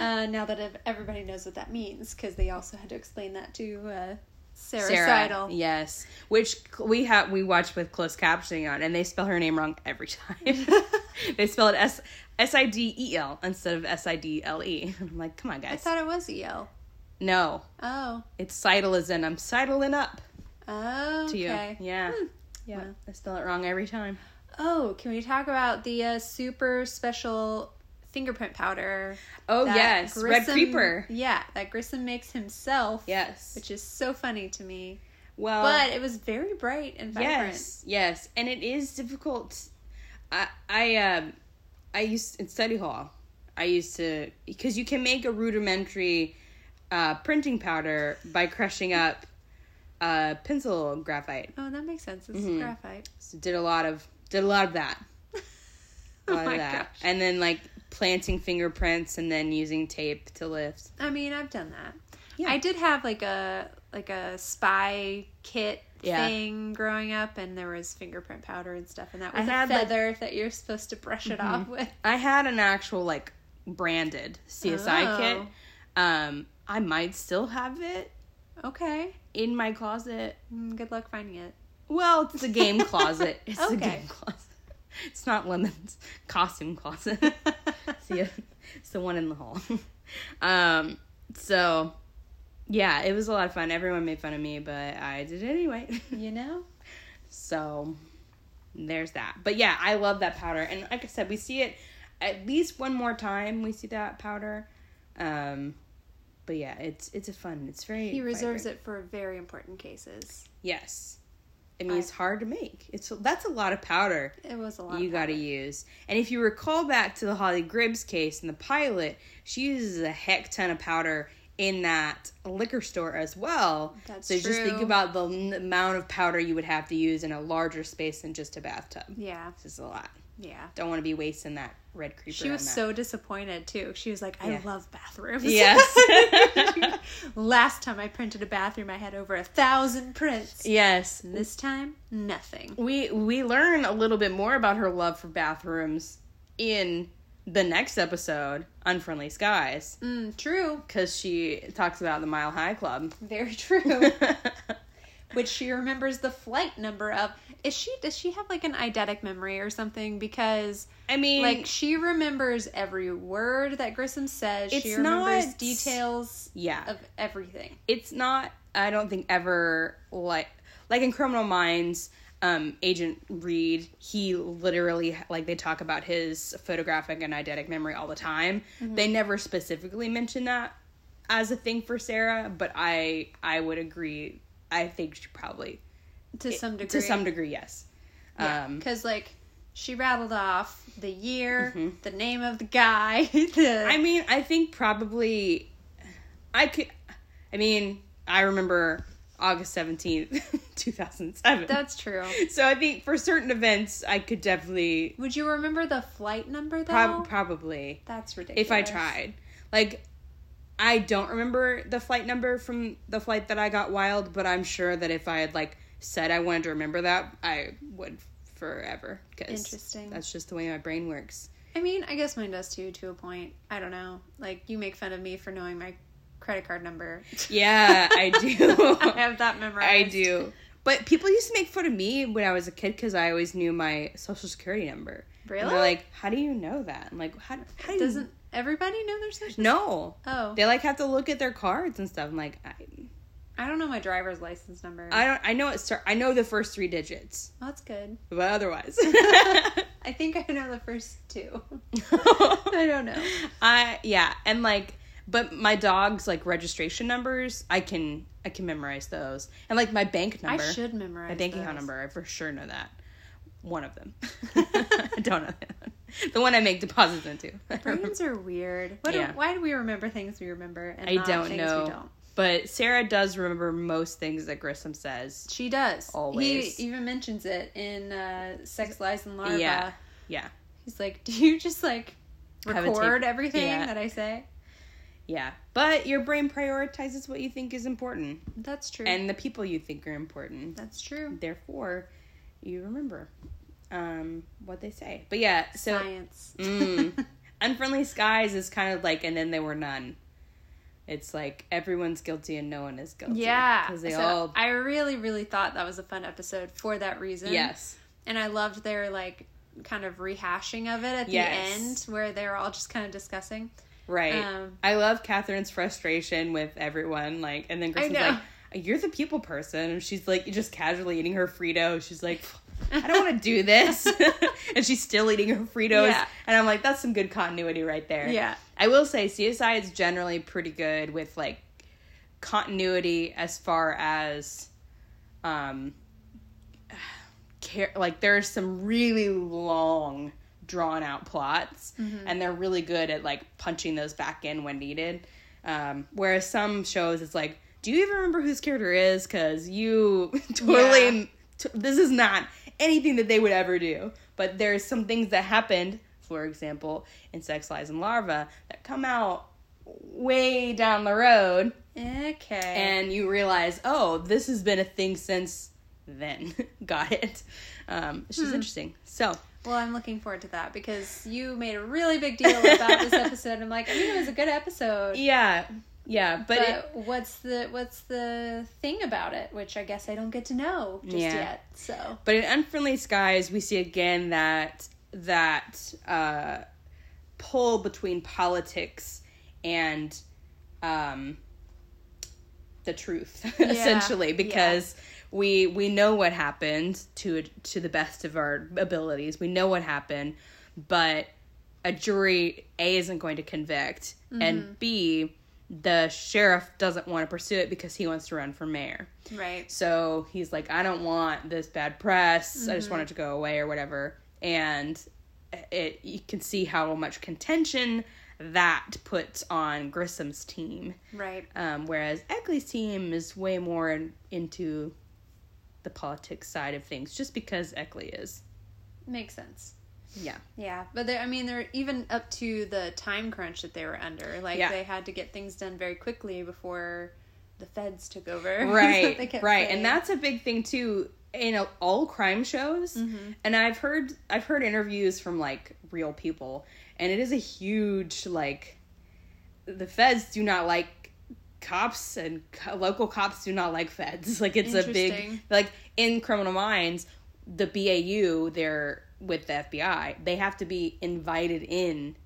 Speaker 2: Uh, now that ev- everybody knows what that means, because they also had to explain that to uh, Sarah,
Speaker 1: Sarah,
Speaker 2: Seidel.
Speaker 1: Yes, which c- we have we watch with closed captioning on, and they spell her name wrong every time. they spell it S S I D E L instead of S I D L E. I'm like, come on,
Speaker 2: I
Speaker 1: guys.
Speaker 2: thought it was EL.
Speaker 1: no,
Speaker 2: Oh.
Speaker 1: it's sidle as in I'm sidling up to
Speaker 2: Oh. Okay.
Speaker 1: you. Yeah,
Speaker 2: Yeah.
Speaker 1: What? I spell it wrong every time.
Speaker 2: Oh, can we talk about the uh, super special fingerprint powder?
Speaker 1: Oh
Speaker 2: that
Speaker 1: yes, red
Speaker 2: Grissom-
Speaker 1: creeper.
Speaker 2: Yeah, that Grissom makes himself.
Speaker 1: Yes.
Speaker 2: Which is so funny to me.
Speaker 1: well,
Speaker 2: But it was very bright and vibrant.
Speaker 1: Yes, yes, and it is difficult. I I um I used in study hall. I used to because you can make a rudimentary uh, printing powder by crushing up uh, pencil graphite.
Speaker 2: Oh, that makes sense. It's
Speaker 1: Mm-hmm.
Speaker 2: graphite.
Speaker 1: So did a lot of did a lot of that. A
Speaker 2: Oh
Speaker 1: lot
Speaker 2: my
Speaker 1: of that,
Speaker 2: gosh.
Speaker 1: and then like planting fingerprints and then using tape to lift.
Speaker 2: I mean, I've done that.
Speaker 1: Yeah.
Speaker 2: I did have like a like a spy kit
Speaker 1: Yeah.
Speaker 2: thing growing up, and there was fingerprint powder and stuff, and that
Speaker 1: I
Speaker 2: was a
Speaker 1: had, Mm-hmm. like-
Speaker 2: feather that you're supposed to brush it off with.
Speaker 1: I had an actual like branded CSI kit.
Speaker 2: Oh.
Speaker 1: Um, I might still have it
Speaker 2: Okay.
Speaker 1: in my closet.
Speaker 2: Mm, Good luck finding it.
Speaker 1: Well, it's a game closet. It's a
Speaker 2: Okay.
Speaker 1: game closet. It's not Lemon's costume closet. See, it's the one in the hall. Um, so yeah, it was a lot of fun. Everyone made fun of me, but I did it anyway.
Speaker 2: You know?
Speaker 1: So there's that. But yeah, I love that powder. And like I said, we see it at least one more time. We see that powder. Um, but yeah, it's it's a fun. It's very.
Speaker 2: He reserves it for very important cases.
Speaker 1: Yes. I mean, it's hard to make. It's that's a lot of powder
Speaker 2: It was a lot.
Speaker 1: you
Speaker 2: of
Speaker 1: got to
Speaker 2: powder.
Speaker 1: use. And if you recall back to the Holly Gribbs case in the pilot, she uses a heck ton of powder in that liquor store as well.
Speaker 2: That's
Speaker 1: so just think
Speaker 2: true.
Speaker 1: about the n- amount of powder you would have to use in a larger space than just a bathtub.
Speaker 2: Yeah,
Speaker 1: This is a lot.
Speaker 2: yeah.
Speaker 1: Don't want to be wasting that red creeper.
Speaker 2: She was
Speaker 1: on that.
Speaker 2: so disappointed too. She was like, "I
Speaker 1: Yeah.
Speaker 2: love bathrooms."
Speaker 1: Yes.
Speaker 2: Last time I printed a bathroom, I had over a thousand prints.
Speaker 1: yes.
Speaker 2: This time, nothing.
Speaker 1: We we learn a little bit more about her love for bathrooms in the next episode, Unfriendly Skies,
Speaker 2: Mm, true.
Speaker 1: because she talks about the Mile High Club.
Speaker 2: Very true. which she remembers the flight number of. Is she does she have like an eidetic memory or something? Because
Speaker 1: I mean,
Speaker 2: like she remembers every word that Grissom says. she
Speaker 1: It's
Speaker 2: remembers
Speaker 1: not-
Speaker 2: details
Speaker 1: yeah.
Speaker 2: of everything.
Speaker 1: it's not i don't think ever like like in criminal minds um agent reed he literally like they talk about his photographic and eidetic memory all the time they never specifically mention that as a thing for sarah but i i would agree i think she probably
Speaker 2: To some degree.
Speaker 1: to some degree yes um
Speaker 2: because like she rattled off the year,
Speaker 1: Mm-hmm.
Speaker 2: the name of the guy. the,
Speaker 1: I mean, I think probably I could. I mean, I remember August seventeenth, two thousand seven.
Speaker 2: that's true.
Speaker 1: So I think for certain events, I could definitely,
Speaker 2: Would you remember the flight number though?
Speaker 1: prob- probably,
Speaker 2: that's ridiculous.
Speaker 1: if I tried. Like, I don't remember the flight number from the flight that I got wild, but I'm sure that if I had like said I wanted to remember that, I would forever. 'cause
Speaker 2: Interesting.
Speaker 1: That's just the way my brain works.
Speaker 2: I mean, I guess mine does too, to a point. I don't know. Like you make fun of me for knowing my credit card number.
Speaker 1: Yeah, I
Speaker 2: I
Speaker 1: do.
Speaker 2: have that memorized.
Speaker 1: I do. But people used to make fun of me when I was a kid because I always knew my social security number. And
Speaker 2: Really?
Speaker 1: they're like, "How do you know that?" I'm like, "How, how do you
Speaker 2: Doesn't everybody know their social?
Speaker 1: No.
Speaker 2: Oh,
Speaker 1: They like have to look at their cards and stuff. I'm like, I,
Speaker 2: I don't know my driver's license number.
Speaker 1: I don't. I know it. Start, I know the first three digits,
Speaker 2: that's good.
Speaker 1: but otherwise,
Speaker 2: I think I know the first two. I don't know.
Speaker 1: I yeah, and like, but my dog's like registration numbers, I can I can memorize those, and like my bank number,
Speaker 2: I should memorize
Speaker 1: my bank account
Speaker 2: those.
Speaker 1: number, I for sure know that. One of them. I don't know the other one. the one I make deposits into.
Speaker 2: Brains are weird. What
Speaker 1: Yeah.
Speaker 2: do, why do we remember things we remember and
Speaker 1: I
Speaker 2: not
Speaker 1: don't
Speaker 2: things
Speaker 1: know.
Speaker 2: we don't?
Speaker 1: But Sarah does remember most things that Grissom says.
Speaker 2: She does.
Speaker 1: Always.
Speaker 2: He even mentions it in uh, Sex, Lies, and Larva.
Speaker 1: Yeah. Yeah.
Speaker 2: He's like, do you just like
Speaker 1: Have it take-
Speaker 2: record everything
Speaker 1: Yeah.
Speaker 2: that I say?
Speaker 1: Yeah. But your brain prioritizes what you think is important
Speaker 2: That's true.
Speaker 1: and the people you think are important.
Speaker 2: That's true.
Speaker 1: Therefore, you remember um, what they say. But yeah, so
Speaker 2: Science.
Speaker 1: Mm. Unfriendly Skies is kind of like, and then there were none. It's like everyone's guilty and no one is guilty.
Speaker 2: yeah.
Speaker 1: Because they
Speaker 2: So
Speaker 1: all.
Speaker 2: I really, really thought that was a fun episode for that reason.
Speaker 1: yes.
Speaker 2: And I loved their like kind of rehashing of it at
Speaker 1: Yes.
Speaker 2: the end where they were all just kind of discussing.
Speaker 1: Right.
Speaker 2: Um,
Speaker 1: I love Catherine's frustration with everyone. Like, and then Kristen's
Speaker 2: know.
Speaker 1: like, "You're the people person," and she's like, just casually eating her Frito. She's like, "I don't want to do this," and she's still eating her Fritos.
Speaker 2: Yeah.
Speaker 1: And I'm like, "That's some good continuity right there."
Speaker 2: Yeah.
Speaker 1: I will say, CSI is generally pretty good with like continuity as far as, um, care. Like, there's some really long. Drawn out plots, and they're really good at like punching those back in when needed. Um, whereas some shows, it's like, do you even remember who this character is? Because you totally,
Speaker 2: Yeah.
Speaker 1: t- this is not anything that they would ever do. But there's some things that happened, for example, in Sex, Lies, and Larva that come out way down the road,
Speaker 2: Okay.
Speaker 1: and you realize, oh, this has been a thing since then. Got it. Um, it's just interesting. So,
Speaker 2: Well, I'm looking forward to that because you made a really big deal about this episode. I'm like, I mean, it was a good episode,
Speaker 1: yeah, yeah, but,
Speaker 2: but
Speaker 1: it-
Speaker 2: what's the what's the thing about it? Which I guess I don't get to know just
Speaker 1: Yeah.
Speaker 2: yet. So
Speaker 1: But in Unfriendly Skies, we see again that that uh, pull between politics and um, the truth, essentially,
Speaker 2: yeah.
Speaker 1: because we we know what happened to to the best of our abilities. We know what happened, but a jury A isn't going to convict,
Speaker 2: Mm-hmm.
Speaker 1: and B the sheriff doesn't want to pursue it because he wants to run for mayor.
Speaker 2: right,
Speaker 1: So he's like, I don't want this bad press. I just want it to go away or whatever. And it you can see how much contention that puts on Grissom's team,
Speaker 2: right,
Speaker 1: um, whereas Eckley's team is way more in, into the politics side of things, just because Eckley is.
Speaker 2: makes sense.
Speaker 1: Yeah,
Speaker 2: Yeah, but they're, I mean, they're even up to the time crunch that they were under. Like
Speaker 1: Yeah.
Speaker 2: they had to get things done very quickly before the feds took over.
Speaker 1: right,
Speaker 2: They
Speaker 1: right,
Speaker 2: kept saying.
Speaker 1: and that's a big thing too in a, all crime shows.
Speaker 2: Mm-hmm.
Speaker 1: And I've heard I've heard interviews from like real people, and it is a huge like the feds do not like cops and co- local cops do not like feds. Like it's a big
Speaker 2: Interesting.
Speaker 1: like in Criminal Minds, the BAU they're with the FBI. They have to be invited in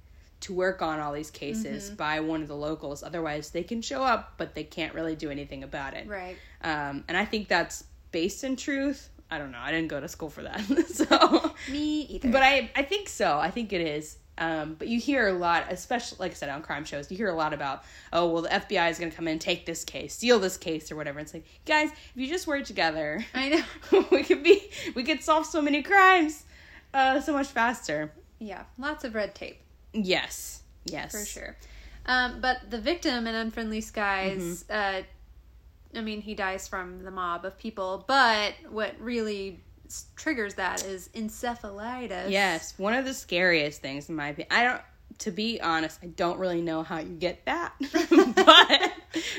Speaker 1: to work on all these cases
Speaker 2: Mm-hmm.
Speaker 1: by one of the locals. Otherwise, they can show up, but they can't really do anything about it.
Speaker 2: Right.
Speaker 1: Um, and I think that's based in truth. I don't know. I didn't go to school for that, so
Speaker 2: Me either.
Speaker 1: but I I think so. I think it is. Um, but you hear a lot, especially like I said on crime shows, you hear a lot about oh well the FBI is going to come in and take this case, steal this case or whatever. It's like guys, if you just work together,
Speaker 2: I know.
Speaker 1: we could be we could solve so many crimes uh, so much faster.
Speaker 2: Yeah, lots of red tape.
Speaker 1: Yes, yes,
Speaker 2: for sure. Um, but the victim in Unfriendly
Speaker 1: Mm-hmm.
Speaker 2: Skies, uh, I mean, he dies from the mob of people. But what really s- triggers that is encephalitis.
Speaker 1: Yes, one of the scariest things in my opinion. I don't. To be honest, I don't really know how you get that, but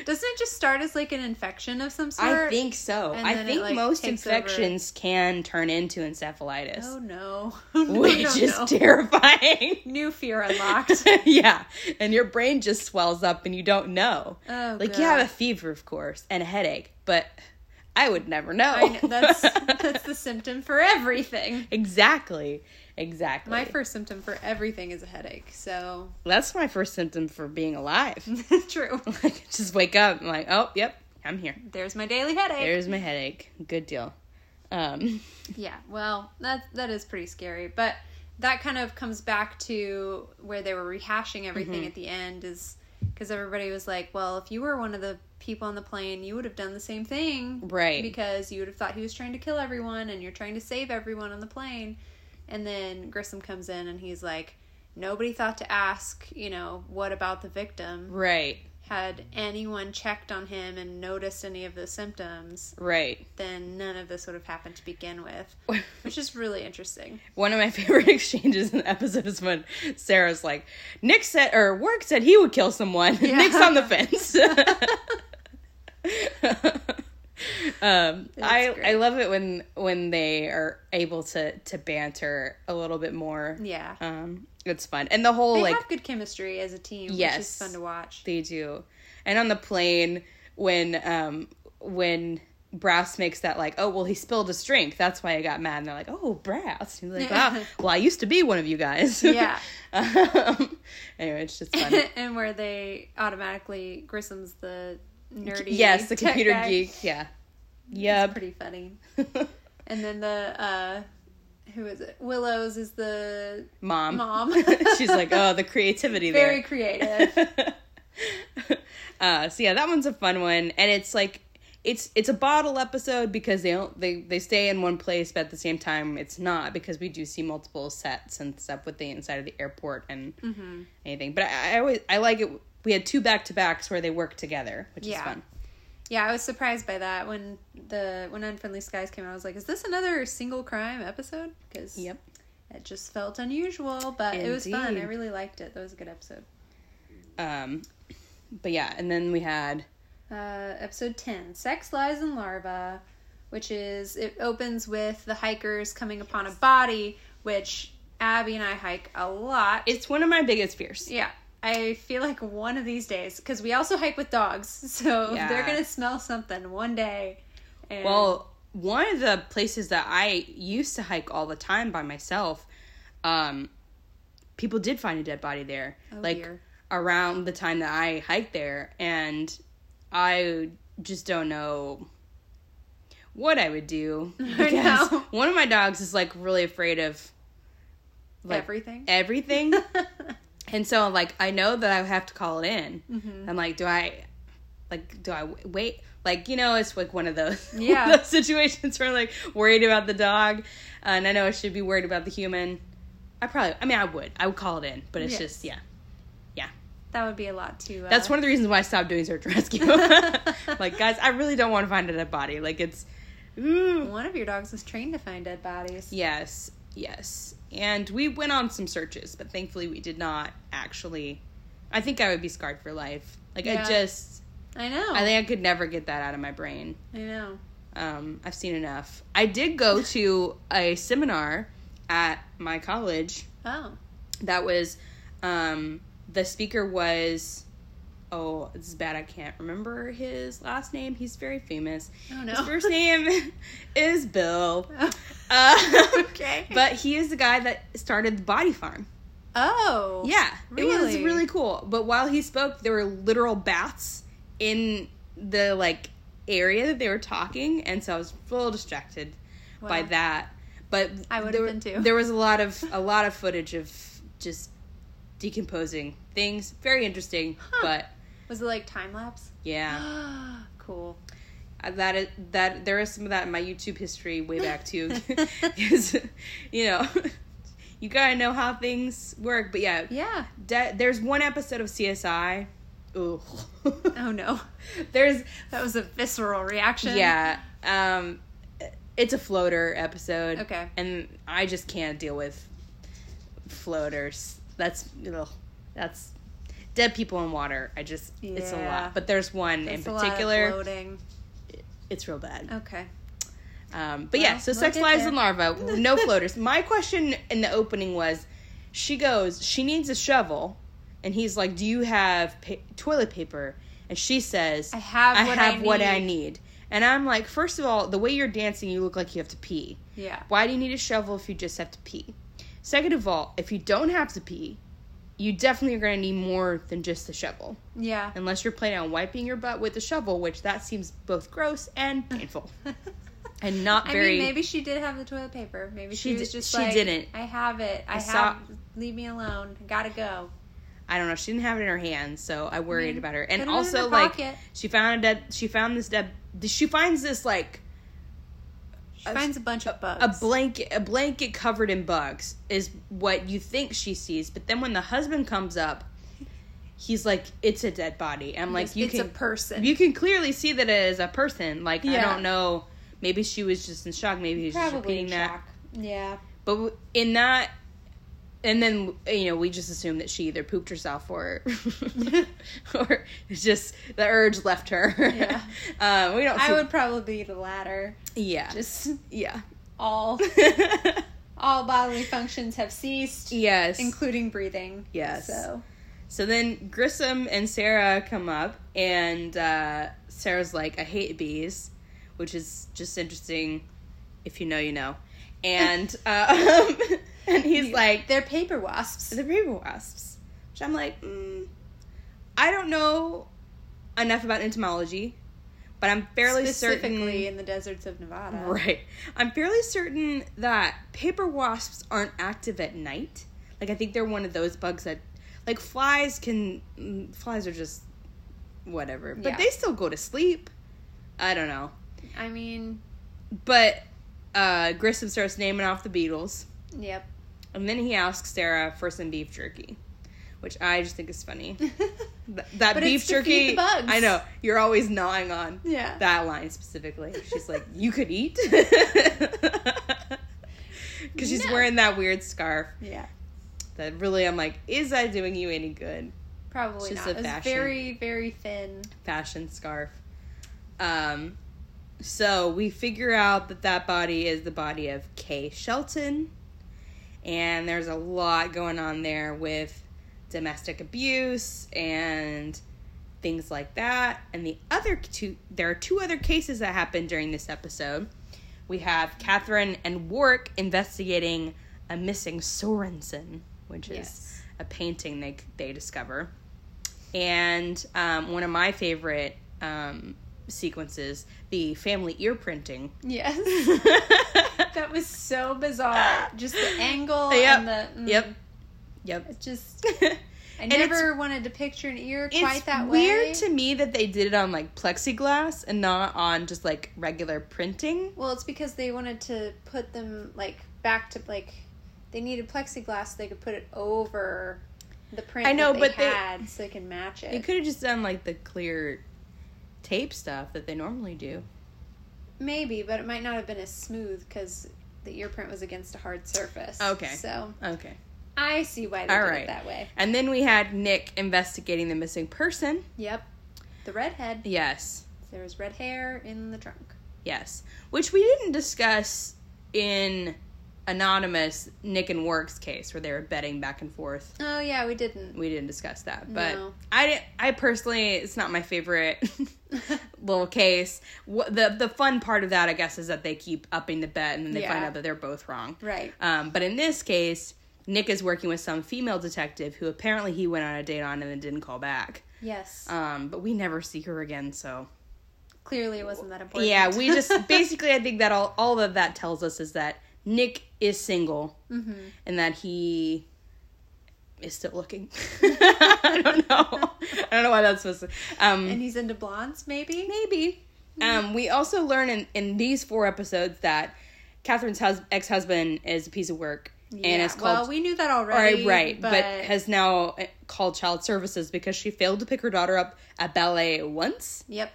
Speaker 2: Doesn't it just start as like an infection of some sort?
Speaker 1: I think so.
Speaker 2: and
Speaker 1: I
Speaker 2: then it,
Speaker 1: think
Speaker 2: like,
Speaker 1: most
Speaker 2: takes over.
Speaker 1: infections can turn into encephalitis.
Speaker 2: Oh no. We
Speaker 1: which
Speaker 2: don't
Speaker 1: is
Speaker 2: know.
Speaker 1: terrifying.
Speaker 2: New fear unlocked.
Speaker 1: yeah, and your brain just swells up and you don't know.
Speaker 2: Oh,
Speaker 1: like you have a
Speaker 2: God.
Speaker 1: fever, of course, and a headache, but I would never know.
Speaker 2: I know, that's that's the symptom for everything.
Speaker 1: exactly, exactly.
Speaker 2: My first symptom for everything is a headache. So
Speaker 1: that's my first symptom for being alive.
Speaker 2: true.
Speaker 1: Like, just wake up and like, oh, yep, I'm here.
Speaker 2: There's my daily headache.
Speaker 1: There's my headache. Good deal. Um,
Speaker 2: Yeah, well, that that is pretty scary, but that kind of comes back to where they were rehashing everything at the end is because everybody was like, "Well, if you were one of the people on the plane, you would have done the same thing."
Speaker 1: Right.
Speaker 2: Because you would have thought he was trying to kill everyone and you're trying to save everyone on the plane. And then Grissom comes in and he's like, "Nobody thought to ask, you know, what about the victim?
Speaker 1: right,
Speaker 2: Had anyone checked on him and noticed any of the symptoms?"
Speaker 1: right.
Speaker 2: then none of this would have happened to begin with, which is really interesting.
Speaker 1: One of my favorite exchanges in the episode is when Sarah's like, Nick said, or Work said he would kill someone.
Speaker 2: Yeah.
Speaker 1: Nick's on the fence. um, I
Speaker 2: great.
Speaker 1: I love it when when they are able to to banter a little bit more.
Speaker 2: Yeah.
Speaker 1: Um, it's fun, and the whole
Speaker 2: They
Speaker 1: like
Speaker 2: have good chemistry as a team, which
Speaker 1: Yes.
Speaker 2: is fun to watch.
Speaker 1: they do. And on the plane, when um when Brass makes that like, oh well, he spilled his drink. That's why I got mad. And they're like, oh Brass. He's like, wow. Well, I used to be one of you guys.
Speaker 2: Yeah.
Speaker 1: um, anyway, it's just fun.
Speaker 2: and where they automatically Grissom's the nerdy
Speaker 1: yes, the
Speaker 2: tech
Speaker 1: computer
Speaker 2: guy.
Speaker 1: geek. Yeah.
Speaker 2: It's
Speaker 1: Yep.
Speaker 2: pretty funny. And then the uh who is it? Willows is the
Speaker 1: Mom.
Speaker 2: Mom.
Speaker 1: She's like, oh, the creativity there.
Speaker 2: very creative.
Speaker 1: uh, so yeah, that one's a fun one, and it's like it's it's a bottle episode because they don't they they stay in one place, but at the same time, it's not because we do see multiple sets and stuff with the inside of the airport and anything. But I, I always I like it. We had two back to backs where they work together, which is
Speaker 2: Yeah.
Speaker 1: fun.
Speaker 2: Yeah, I was surprised by that when the when Unfriendly Skies came out. I was like, is this another single crime episode? Because
Speaker 1: Yep.
Speaker 2: it just felt unusual, but it was fun. I
Speaker 1: Indeed.
Speaker 2: really liked it. That was a good episode.
Speaker 1: Um, but yeah, and then we had
Speaker 2: uh, episode 10 sex lies and larva which is it opens with the hikers coming upon a body which abby and i hike a lot
Speaker 1: it's one of my biggest fears.
Speaker 2: yeah i feel like one of these days because we also hike with dogs so
Speaker 1: Yeah.
Speaker 2: they're gonna smell something one day and
Speaker 1: Well, one of the places that I used to hike all the time by myself, um, people did find a dead body there.
Speaker 2: Oh,
Speaker 1: like
Speaker 2: dear.
Speaker 1: around the time that I hiked there, and I just don't know what I would do because
Speaker 2: know.
Speaker 1: one of my dogs is like really afraid of like eh.
Speaker 2: everything
Speaker 1: everything. and so like I know that I have to call it in.
Speaker 2: Mm-hmm.
Speaker 1: I'm like, do I, like, do I w- wait? Like you know, it's like one of those one of
Speaker 2: Yeah.
Speaker 1: those situations where like worried about the dog, Uh, and I know I should be worried about the human. I probably, I mean, I would, I would call it in, but it's
Speaker 2: Yes.
Speaker 1: just yeah, yeah.
Speaker 2: that would be a lot to uh,
Speaker 1: That's one of the reasons why I stopped doing search and rescue. like guys, I really don't want to find a dead body. Like it's, ooh.
Speaker 2: one of your dogs was trained to find dead bodies
Speaker 1: yes, yes. And we went on some searches, but thankfully we did not actually. I think I would be scarred for life. Like I
Speaker 2: Yeah.
Speaker 1: just.
Speaker 2: i know
Speaker 1: I think I could never get that out of my brain.
Speaker 2: i know
Speaker 1: Um, I've seen enough. I did go to a seminar at my college
Speaker 2: oh
Speaker 1: that was um, the speaker was oh, this is bad. I can't remember his last name. He's very famous.
Speaker 2: Oh, no.
Speaker 1: His first name is Bill.
Speaker 2: Oh.
Speaker 1: Uh,
Speaker 2: Okay.
Speaker 1: But he is the guy that started the body farm.
Speaker 2: Oh.
Speaker 1: Yeah, it was
Speaker 2: Really?
Speaker 1: really cool. But while he spoke, there were literal bats in the like area that they were talking, and so I was full distracted by
Speaker 2: Wow.
Speaker 1: that. But
Speaker 2: I would've
Speaker 1: there were-
Speaker 2: been too.
Speaker 1: There was a lot of a lot of footage of just decomposing things. Very interesting,
Speaker 2: Huh.
Speaker 1: but
Speaker 2: Was it like time lapse?
Speaker 1: yeah,
Speaker 2: cool.
Speaker 1: Uh, that is, that there is some of that in my YouTube history way back too, 'Cause, you know. You gotta know how things work, but yeah,
Speaker 2: Yeah.
Speaker 1: De- there's one episode of CSI. Ooh.
Speaker 2: Oh no.
Speaker 1: there's
Speaker 2: That was a visceral reaction.
Speaker 1: yeah. Um it's a floater episode.
Speaker 2: Okay.
Speaker 1: And I just can't deal with floaters. That's ugh, that's dead people in water. I just it's a
Speaker 2: Yeah.
Speaker 1: lot. But there's one
Speaker 2: That's a
Speaker 1: in
Speaker 2: lot of
Speaker 1: particular.
Speaker 2: Floating.
Speaker 1: It's real bad.
Speaker 2: Okay.
Speaker 1: Um, but yeah,
Speaker 2: Well,
Speaker 1: so
Speaker 2: we'll
Speaker 1: sex
Speaker 2: get
Speaker 1: lives
Speaker 2: there.
Speaker 1: and larva, no floaters. My question in the opening was, she goes, she needs a shovel, and he's like, do you have pa- toilet paper? And she says,
Speaker 2: I have
Speaker 1: I
Speaker 2: what
Speaker 1: have
Speaker 2: I
Speaker 1: what I
Speaker 2: need."
Speaker 1: need. And I'm like, first of all, the way you're dancing, you look like you have to pee.
Speaker 2: Yeah.
Speaker 1: Why do you need a shovel if you just have to pee? Second of all, if you don't have to pee, you definitely are going to need more than just the shovel,
Speaker 2: Yeah.
Speaker 1: unless you're planning on wiping your butt with the shovel, which that seems both gross and painful. And not
Speaker 2: I
Speaker 1: very-
Speaker 2: mean, maybe she did have the toilet paper. Maybe she,
Speaker 1: She
Speaker 2: was
Speaker 1: di-
Speaker 2: just
Speaker 1: she
Speaker 2: like,
Speaker 1: didn't.
Speaker 2: I have it. I, have.
Speaker 1: saw-
Speaker 2: Leave me alone. Gotta go.
Speaker 1: I don't know. She didn't have it in her hand, so I worried
Speaker 2: mean,
Speaker 1: about her. And
Speaker 2: Mm-hmm. put it in
Speaker 1: also,
Speaker 2: her
Speaker 1: like,
Speaker 2: pocket.
Speaker 1: she found a dead. She found this dead. She finds this like
Speaker 2: She finds a bunch of bugs.
Speaker 1: a blanket, a blanket covered in bugs is what you think she sees. But then when the husband comes up, he's like, "It's a dead body." And I'm like,
Speaker 2: It's-
Speaker 1: "You
Speaker 2: it's
Speaker 1: can,
Speaker 2: a person.
Speaker 1: You can clearly see that it is a person. Like, I
Speaker 2: Yeah.
Speaker 1: don't know. Maybe she was just in shock. Maybe he's just
Speaker 2: Probably
Speaker 1: repeating
Speaker 2: in
Speaker 1: that.
Speaker 2: shock. Yeah.
Speaker 1: But w- in that, and then you know, we just assumed that she either pooped herself or, or it's just the urge left her.
Speaker 2: Yeah.
Speaker 1: um, we don't.
Speaker 2: I
Speaker 1: see-
Speaker 2: would probably be the latter.
Speaker 1: Yeah.
Speaker 2: Just
Speaker 1: yeah.
Speaker 2: all all bodily functions have ceased,
Speaker 1: yes.
Speaker 2: including breathing.
Speaker 1: Yes.
Speaker 2: So
Speaker 1: so then Grissom and Sarah come up, and uh, Sarah's like, "I hate bees," which is just interesting. If you know, you know. And uh, and he's like,
Speaker 2: they're paper wasps.
Speaker 1: the paper wasps. Which I'm like, mm, I don't know enough about entomology, but I'm fairly
Speaker 2: specifically
Speaker 1: certain.
Speaker 2: in the deserts of Nevada.
Speaker 1: Right. I'm fairly certain that paper wasps aren't active at night. Like, I think they're one of those bugs that, like, flies can. mm, Flies are just whatever. But
Speaker 2: Yeah.
Speaker 1: they still go to sleep. I don't know.
Speaker 2: I mean,
Speaker 1: But uh, Grissom starts naming off the Beatles.
Speaker 2: yep.
Speaker 1: And then he asks Sarah for some beef jerky, which I just think is funny. Th- that
Speaker 2: But
Speaker 1: beef
Speaker 2: it's to feed
Speaker 1: jerky.
Speaker 2: the bugs.
Speaker 1: I know you're always gnawing on
Speaker 2: yeah.
Speaker 1: that line specifically. She's like, you could eat. Because she's
Speaker 2: No.
Speaker 1: wearing that weird scarf
Speaker 2: yeah.
Speaker 1: that really, I'm like, is that doing you any good?
Speaker 2: Probably
Speaker 1: It's just
Speaker 2: not.
Speaker 1: a
Speaker 2: It was
Speaker 1: fashion-
Speaker 2: very, very thin.
Speaker 1: Fashion scarf. Um, so we figure out that that body is the body of Kay Shelton, and there's a lot going on there with domestic abuse and things like that. And the other two, there are two other cases that happened during this episode. We have Catherine and Warwick investigating a missing Sorensen, which is
Speaker 2: Yes.
Speaker 1: a painting they they discover. And um, one of my favorite um, sequences, the family ear printing.
Speaker 2: Yes. that was so bizarre. Just the angle
Speaker 1: Yep.
Speaker 2: and the mm,
Speaker 1: Yep. Yep.
Speaker 2: It's just I
Speaker 1: And it's-
Speaker 2: never wanted to picture an ear
Speaker 1: It's
Speaker 2: quite that way.
Speaker 1: weird to me that they did it on like plexiglass and not on just like regular printing.
Speaker 2: Well, it's because they wanted to put them like back to like they needed plexiglass so they could put it over the print.
Speaker 1: I know,
Speaker 2: that
Speaker 1: but
Speaker 2: they
Speaker 1: they-
Speaker 2: had so they can match it.
Speaker 1: They could have just done like the clear tape stuff that they normally do.
Speaker 2: Maybe, but it might not have been as smooth because the ear print was against a hard surface.
Speaker 1: Okay.
Speaker 2: so
Speaker 1: Okay.
Speaker 2: I see why they
Speaker 1: All
Speaker 2: did it
Speaker 1: right.
Speaker 2: that way.
Speaker 1: And then we had Nick investigating the missing person.
Speaker 2: Yep, the redhead.
Speaker 1: Yes.
Speaker 2: There was red hair in the trunk.
Speaker 1: Yes. Which we didn't discuss in anonymous Nick and Works case where they were betting back and forth.
Speaker 2: Oh yeah, we didn't.
Speaker 1: We didn't discuss that, but
Speaker 2: No.
Speaker 1: I didn't, I personally it's not my favorite little case. Wh- The the fun part of that I guess is that they keep upping the bet and then they
Speaker 2: Yeah.
Speaker 1: find out that they're both wrong.
Speaker 2: Right.
Speaker 1: Um, but in this case, Nick is working with some female detective who apparently he went on a date on and then didn't call back.
Speaker 2: Yes.
Speaker 1: Um, but we never see her again, so
Speaker 2: Clearly, it wasn't that important.
Speaker 1: yeah, we just basically I think that all all of that tells us is that Nick is single
Speaker 2: Mm-hmm.
Speaker 1: and that he is still looking. I don't know. I don't know why that's supposed to. Um,
Speaker 2: and he's into blondes, maybe.
Speaker 1: Maybe. Um, we also learn in, in these four episodes that Catherine's hus- ex husband is a piece of work and
Speaker 2: yeah.
Speaker 1: it's called.
Speaker 2: well, we knew that
Speaker 1: all
Speaker 2: already.
Speaker 1: right, right, but,
Speaker 2: But,
Speaker 1: has now uh, called child services because she failed to pick her daughter up at ballet once.
Speaker 2: yep,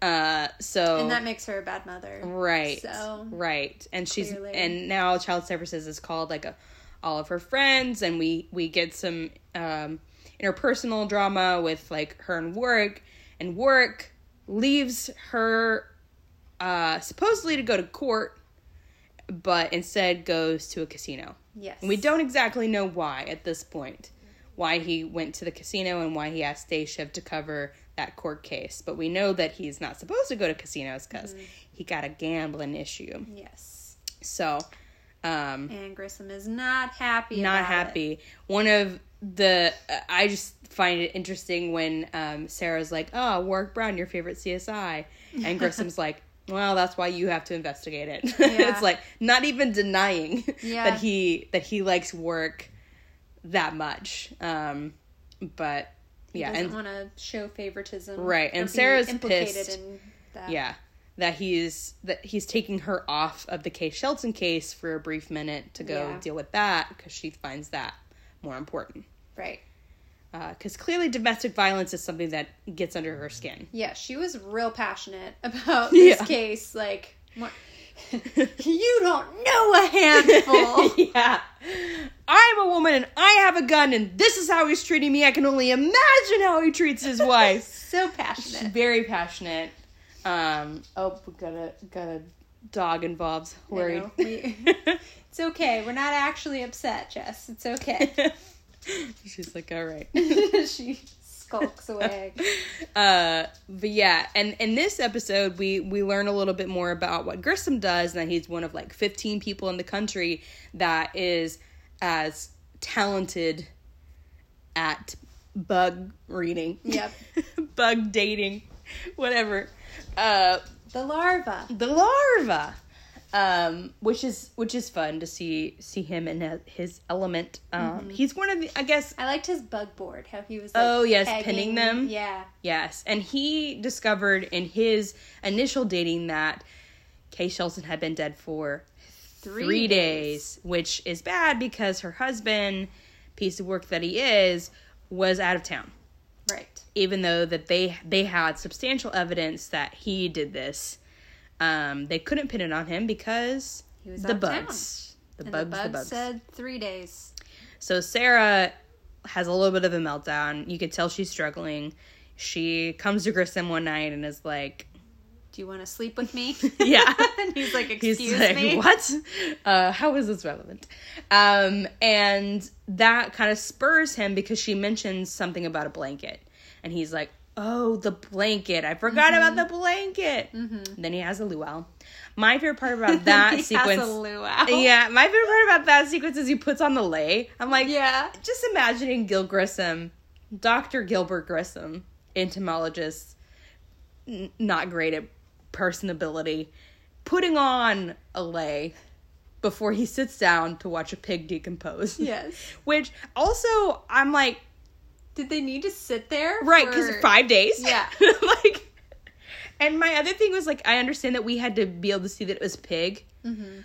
Speaker 1: Uh, so
Speaker 2: and that makes her a bad mother.
Speaker 1: right,
Speaker 2: So
Speaker 1: right, and she's
Speaker 2: Clearly.
Speaker 1: and now child services is called like a, all of her friends, and we we get some um, interpersonal drama with like her and work, and work leaves her uh, supposedly to go to court, but instead goes to a casino.
Speaker 2: yes,
Speaker 1: And we don't exactly know why at this point, why he went to the casino and why he asked Dayshiv to cover that court case. But we know that he's not supposed to go to casinos because he got a gambling issue.
Speaker 2: Yes,
Speaker 1: So, um,
Speaker 2: and Grissom is not happy.
Speaker 1: not
Speaker 2: about it.
Speaker 1: happy. One of the uh, I just find it interesting when um, Sarah's like, "Oh, Warwick Brown, your favorite CSI," and Grissom's like. Well, that's why you have to investigate it.
Speaker 2: Yeah.
Speaker 1: it's like not even denying
Speaker 2: Yeah.
Speaker 1: that he that he likes work that much. Um but
Speaker 2: He
Speaker 1: yeah,
Speaker 2: doesn't
Speaker 1: and
Speaker 2: want to show favoritism.
Speaker 1: Right,
Speaker 2: or
Speaker 1: and
Speaker 2: be
Speaker 1: Sarah's
Speaker 2: implicated
Speaker 1: pissed.
Speaker 2: in that.
Speaker 1: yeah, that he's that he's taking her off of the Case Shelton case for a brief minute to go
Speaker 2: Yeah.
Speaker 1: deal with that cuz she finds that more important.
Speaker 2: right.
Speaker 1: because Uh, clearly domestic violence is something that gets under her skin.
Speaker 2: Yeah, she was real passionate about this
Speaker 1: Yeah.
Speaker 2: case. Like, more, you don't know a handful.
Speaker 1: yeah. I'm a woman and I have a gun and this is how he's treating me. I can only imagine how he treats his wife.
Speaker 2: so passionate.
Speaker 1: Very passionate. Um, oh, we got a, got a dog involved. Worried.
Speaker 2: know. We- It's okay. We're not actually upset, Jess. It's okay.
Speaker 1: She's like, all right.
Speaker 2: she skulks away.
Speaker 1: Uh, but yeah, and in this episode, we we learn a little bit more about what Grissom does, and that he's one of like 15 people in the country that is as talented at bug reading,
Speaker 2: Yep.
Speaker 1: bug dating, whatever. Uh,
Speaker 2: The larva.
Speaker 1: the larva, um, which is which is fun to see see him in his element. Um, he's one of the I guess
Speaker 2: I liked his bug board. How he was. Like,
Speaker 1: Oh, yes, pinning them.
Speaker 2: Yeah.
Speaker 1: Yes, and he discovered in his initial dating that Kay Shelton had been dead for three, days. which is bad because her husband, piece of work that he is, was out of town.
Speaker 2: Right.
Speaker 1: Even though that they they had substantial evidence that he did this, um, they couldn't pin it on him because
Speaker 2: He was
Speaker 1: the
Speaker 2: out of town.
Speaker 1: bugs, the
Speaker 2: And
Speaker 1: bugs,
Speaker 2: the bug
Speaker 1: the bugs.
Speaker 2: said three days.
Speaker 1: So Sarah has a little bit of a meltdown. You could tell she's struggling. She comes to Grissom one night and is like,
Speaker 2: Do you want to sleep with me?
Speaker 1: Yeah.
Speaker 2: and he's like, excuse
Speaker 1: he's like,
Speaker 2: me.
Speaker 1: what? Uh, how is this relevant? Um, and that kind of spurs him because she mentions something about a blanket. And he's like, oh, the blanket. I forgot
Speaker 2: Mm-hmm.
Speaker 1: about the blanket. Then he has a luau. My favorite part about that
Speaker 2: He
Speaker 1: sequence.
Speaker 2: Has a luau.
Speaker 1: yeah, my favorite part about that sequence is he puts on the lay. I'm like,
Speaker 2: Yeah.
Speaker 1: just imagining Gil Grissom, Dr. Gilbert Grissom, entomologist, n- not great at personability, putting on a lay before he sits down to watch a pig decompose.
Speaker 2: Yes.
Speaker 1: Which also, I'm like,
Speaker 2: Did they need to sit there?
Speaker 1: right, because
Speaker 2: for-
Speaker 1: five days?
Speaker 2: Yeah.
Speaker 1: like, and my other thing was like, I understand that we had to be able to see that it was pig,
Speaker 2: Mm-hmm.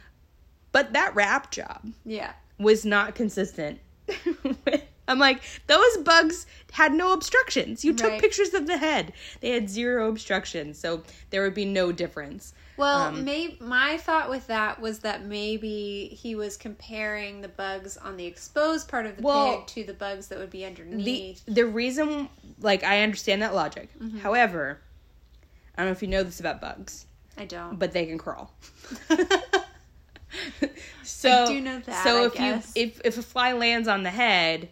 Speaker 1: but that rap job.
Speaker 2: Yeah.
Speaker 1: was not consistent. with- I'm like, those bugs had no obstructions. You took
Speaker 2: Right.
Speaker 1: pictures of the head. They had zero obstructions, so there would be no difference.
Speaker 2: Well,
Speaker 1: Um,
Speaker 2: may my thought with that was that maybe he was comparing the bugs on the exposed part of the
Speaker 1: Well,
Speaker 2: pig to the bugs that would be
Speaker 1: The
Speaker 2: underneath.
Speaker 1: the reason like I understand that logic. However, I don't know if you know this about bugs,
Speaker 2: I don't.
Speaker 1: but they can crawl. so
Speaker 2: do know that,
Speaker 1: So
Speaker 2: I
Speaker 1: if
Speaker 2: guess.
Speaker 1: you if if a fly lands on the head,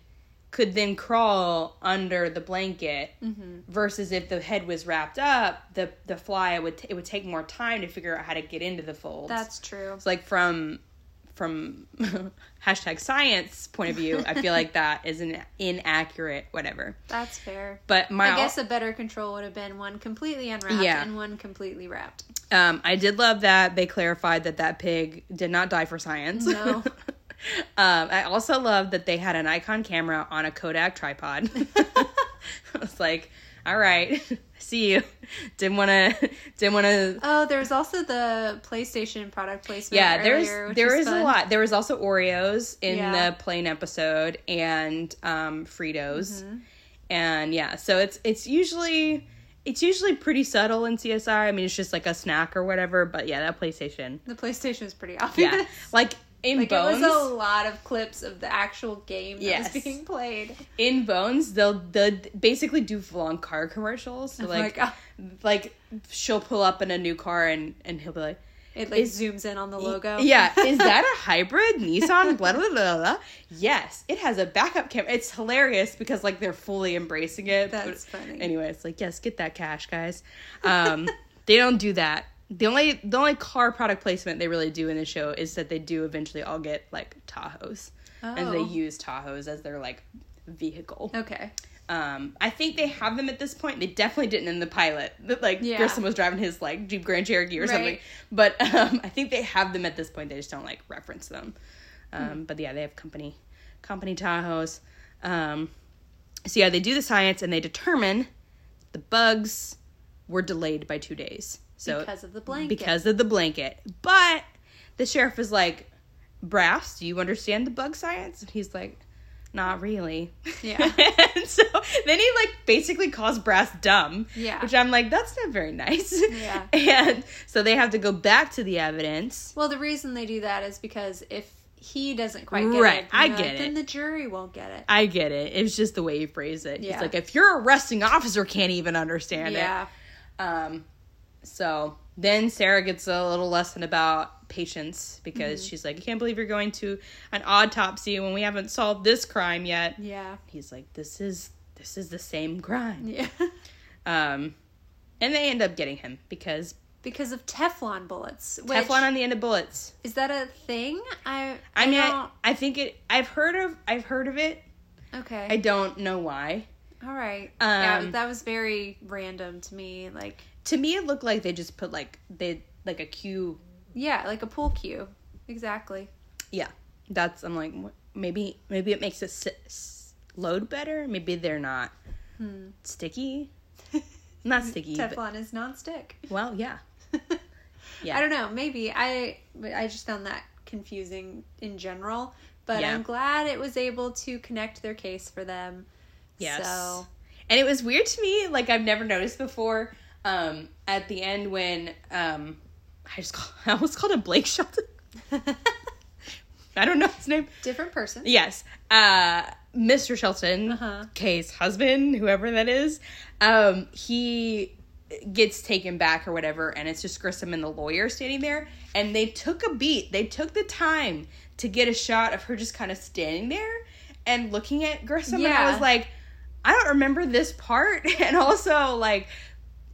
Speaker 1: could then crawl under the blanket.
Speaker 2: Mm-hmm.
Speaker 1: Versus if the head was wrapped up, the the fly would t- it would take more time to figure out how to get into the folds.
Speaker 2: That's true.
Speaker 1: It's like from from hashtag science point of view, I feel like that is an inaccurate whatever.
Speaker 2: That's fair.
Speaker 1: But my
Speaker 2: I guess a better control would have been one completely unwrapped
Speaker 1: Yeah.
Speaker 2: and one completely wrapped.
Speaker 1: Um, I did love that they clarified that that pig did not die for science.
Speaker 2: No.
Speaker 1: um, I also love that they had an Nikon camera on a Kodak tripod. I was like, all right, see you. Didn't want to. Didn't want to.
Speaker 2: Oh, there was also the PlayStation product placement.
Speaker 1: yeah,
Speaker 2: earlier,
Speaker 1: there's
Speaker 2: which
Speaker 1: there
Speaker 2: was
Speaker 1: is a
Speaker 2: fun.
Speaker 1: lot. There was also Oreos in
Speaker 2: Yeah.
Speaker 1: the plane episode and um, Fritos,
Speaker 2: Mm-hmm.
Speaker 1: and yeah. So it's it's usually it's usually pretty subtle in CSI. I mean, it's just like a snack or whatever. But yeah, that PlayStation.
Speaker 2: The PlayStation was pretty obvious.
Speaker 1: Yeah, like in
Speaker 2: Like
Speaker 1: Bones,
Speaker 2: it was a lot of clips of the actual game that
Speaker 1: Yes.
Speaker 2: was being played.
Speaker 1: in Bones, they'll they'll basically do long car commercials. So
Speaker 2: Oh my
Speaker 1: like,
Speaker 2: God.
Speaker 1: like she'll pull up in a new car and and he'll be like,
Speaker 2: It like
Speaker 1: Is-
Speaker 2: zooms in on the logo.
Speaker 1: yeah, is that a hybrid Nissan? Blah blah blah blah. blah. Yes, it has a backup camera. It's hilarious because like they're fully embracing it. but-
Speaker 2: That's funny.
Speaker 1: Anyway, it's like yes, get that cash, guys. Um, they don't do that. The only the only car product placement they really do in the show is that they do eventually all get like Tahoes, and they
Speaker 2: Oh.
Speaker 1: use Tahoes as their like vehicle.
Speaker 2: Okay.
Speaker 1: Um, I think they have them at this point. They definitely didn't in the pilot. That, Like
Speaker 2: Yeah.
Speaker 1: Grissom was driving his like Jeep Grand Cherokee or something.
Speaker 2: Right.
Speaker 1: But um, I think they have them at this point. They just don't like reference them.
Speaker 2: Hmm.
Speaker 1: Um, But yeah, they have company company Tahoes. Um, so yeah, they do the science and they determine the bugs were delayed by two days. So
Speaker 2: Because of the blanket.
Speaker 1: because of the blanket. But the sheriff is like, Brass, do you understand the bug science? And he's like, not really.
Speaker 2: Yeah.
Speaker 1: and so then he like basically calls Brass dumb.
Speaker 2: Yeah.
Speaker 1: Which I'm like, that's not very nice.
Speaker 2: Yeah.
Speaker 1: And so they have to go back to the evidence.
Speaker 2: Well, the reason they do that is because if he doesn't quite get
Speaker 1: Right,
Speaker 2: it,
Speaker 1: I
Speaker 2: then,
Speaker 1: get it.
Speaker 2: Then the jury won't get it.
Speaker 1: I get it. It's just the way you phrase it. It's
Speaker 2: Yeah.
Speaker 1: like if your arresting officer can't even understand it.
Speaker 2: yeah.
Speaker 1: Um, so then Sarah gets a little lesson about patience
Speaker 2: Mm-hmm.
Speaker 1: because she's like, I can't believe you're going to an autopsy when we haven't solved this crime yet.
Speaker 2: Yeah.
Speaker 1: He's like, this is this is the same crime.
Speaker 2: Yeah.
Speaker 1: Um, and they end up getting him because
Speaker 2: because of Teflon bullets. Which,
Speaker 1: Teflon on the end of bullets.
Speaker 2: is that a thing? I
Speaker 1: I mean, I,
Speaker 2: don't-
Speaker 1: I think it. I've heard of. I've heard of it.
Speaker 2: okay.
Speaker 1: I don't know why.
Speaker 2: All right. yeah,
Speaker 1: Um,
Speaker 2: that was very random to me. Like,
Speaker 1: To me, it looked like they just put like they like a cue.
Speaker 2: yeah, like a pool cue. Exactly.
Speaker 1: Yeah, that's. I'm like what- maybe maybe it makes it s- s- load better. Maybe they're not
Speaker 2: Hmm.
Speaker 1: sticky. Not sticky. but-
Speaker 2: Teflon is nonstick.
Speaker 1: well, yeah. Yeah.
Speaker 2: I don't know. Maybe I but I just found that confusing in general, but
Speaker 1: Yeah.
Speaker 2: I'm glad it was able to connect their case for them.
Speaker 1: Yes.
Speaker 2: So,
Speaker 1: And it was weird to me, like I've never noticed before. Um, at the end when um, I just call, I almost called him Blake Shelton. I don't know his name.
Speaker 2: different person.
Speaker 1: Yes, uh, Mr. Shelton,
Speaker 2: Uh-huh.
Speaker 1: Kay's husband, whoever that is. Um, he gets taken back or whatever, and it's just Grissom and the lawyer standing there. And they took a beat. They took the time to get a shot of her just kind of standing there and looking at Grissom. And I
Speaker 2: Yeah.
Speaker 1: was like, I don't remember this part. And also, like,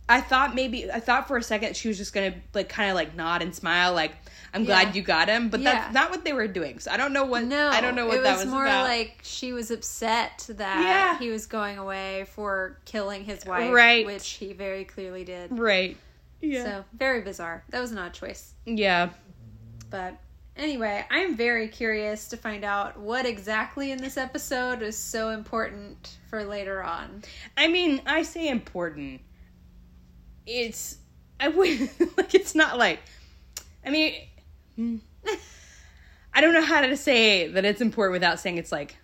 Speaker 1: I thought maybe I thought for a second she was just gonna like kind of like nod and smile, like I'm glad
Speaker 2: Yeah.
Speaker 1: you got him, but
Speaker 2: Yeah.
Speaker 1: that's not what they were doing. So I don't know what
Speaker 2: No,
Speaker 1: I don't know what
Speaker 2: it
Speaker 1: that
Speaker 2: was
Speaker 1: was
Speaker 2: more
Speaker 1: about.
Speaker 2: like she was upset that
Speaker 1: Yeah.
Speaker 2: he was going away for killing his wife,
Speaker 1: Right.
Speaker 2: Which he very clearly did.
Speaker 1: right. Yeah.
Speaker 2: So very bizarre. That was an odd choice.
Speaker 1: Yeah.
Speaker 2: But anyway, I'm very curious to find out what exactly in this episode is so important for later on.
Speaker 1: I mean, I say important. It's I would like it's not like I mean hmm. I don't know how to say that it's important without saying it's like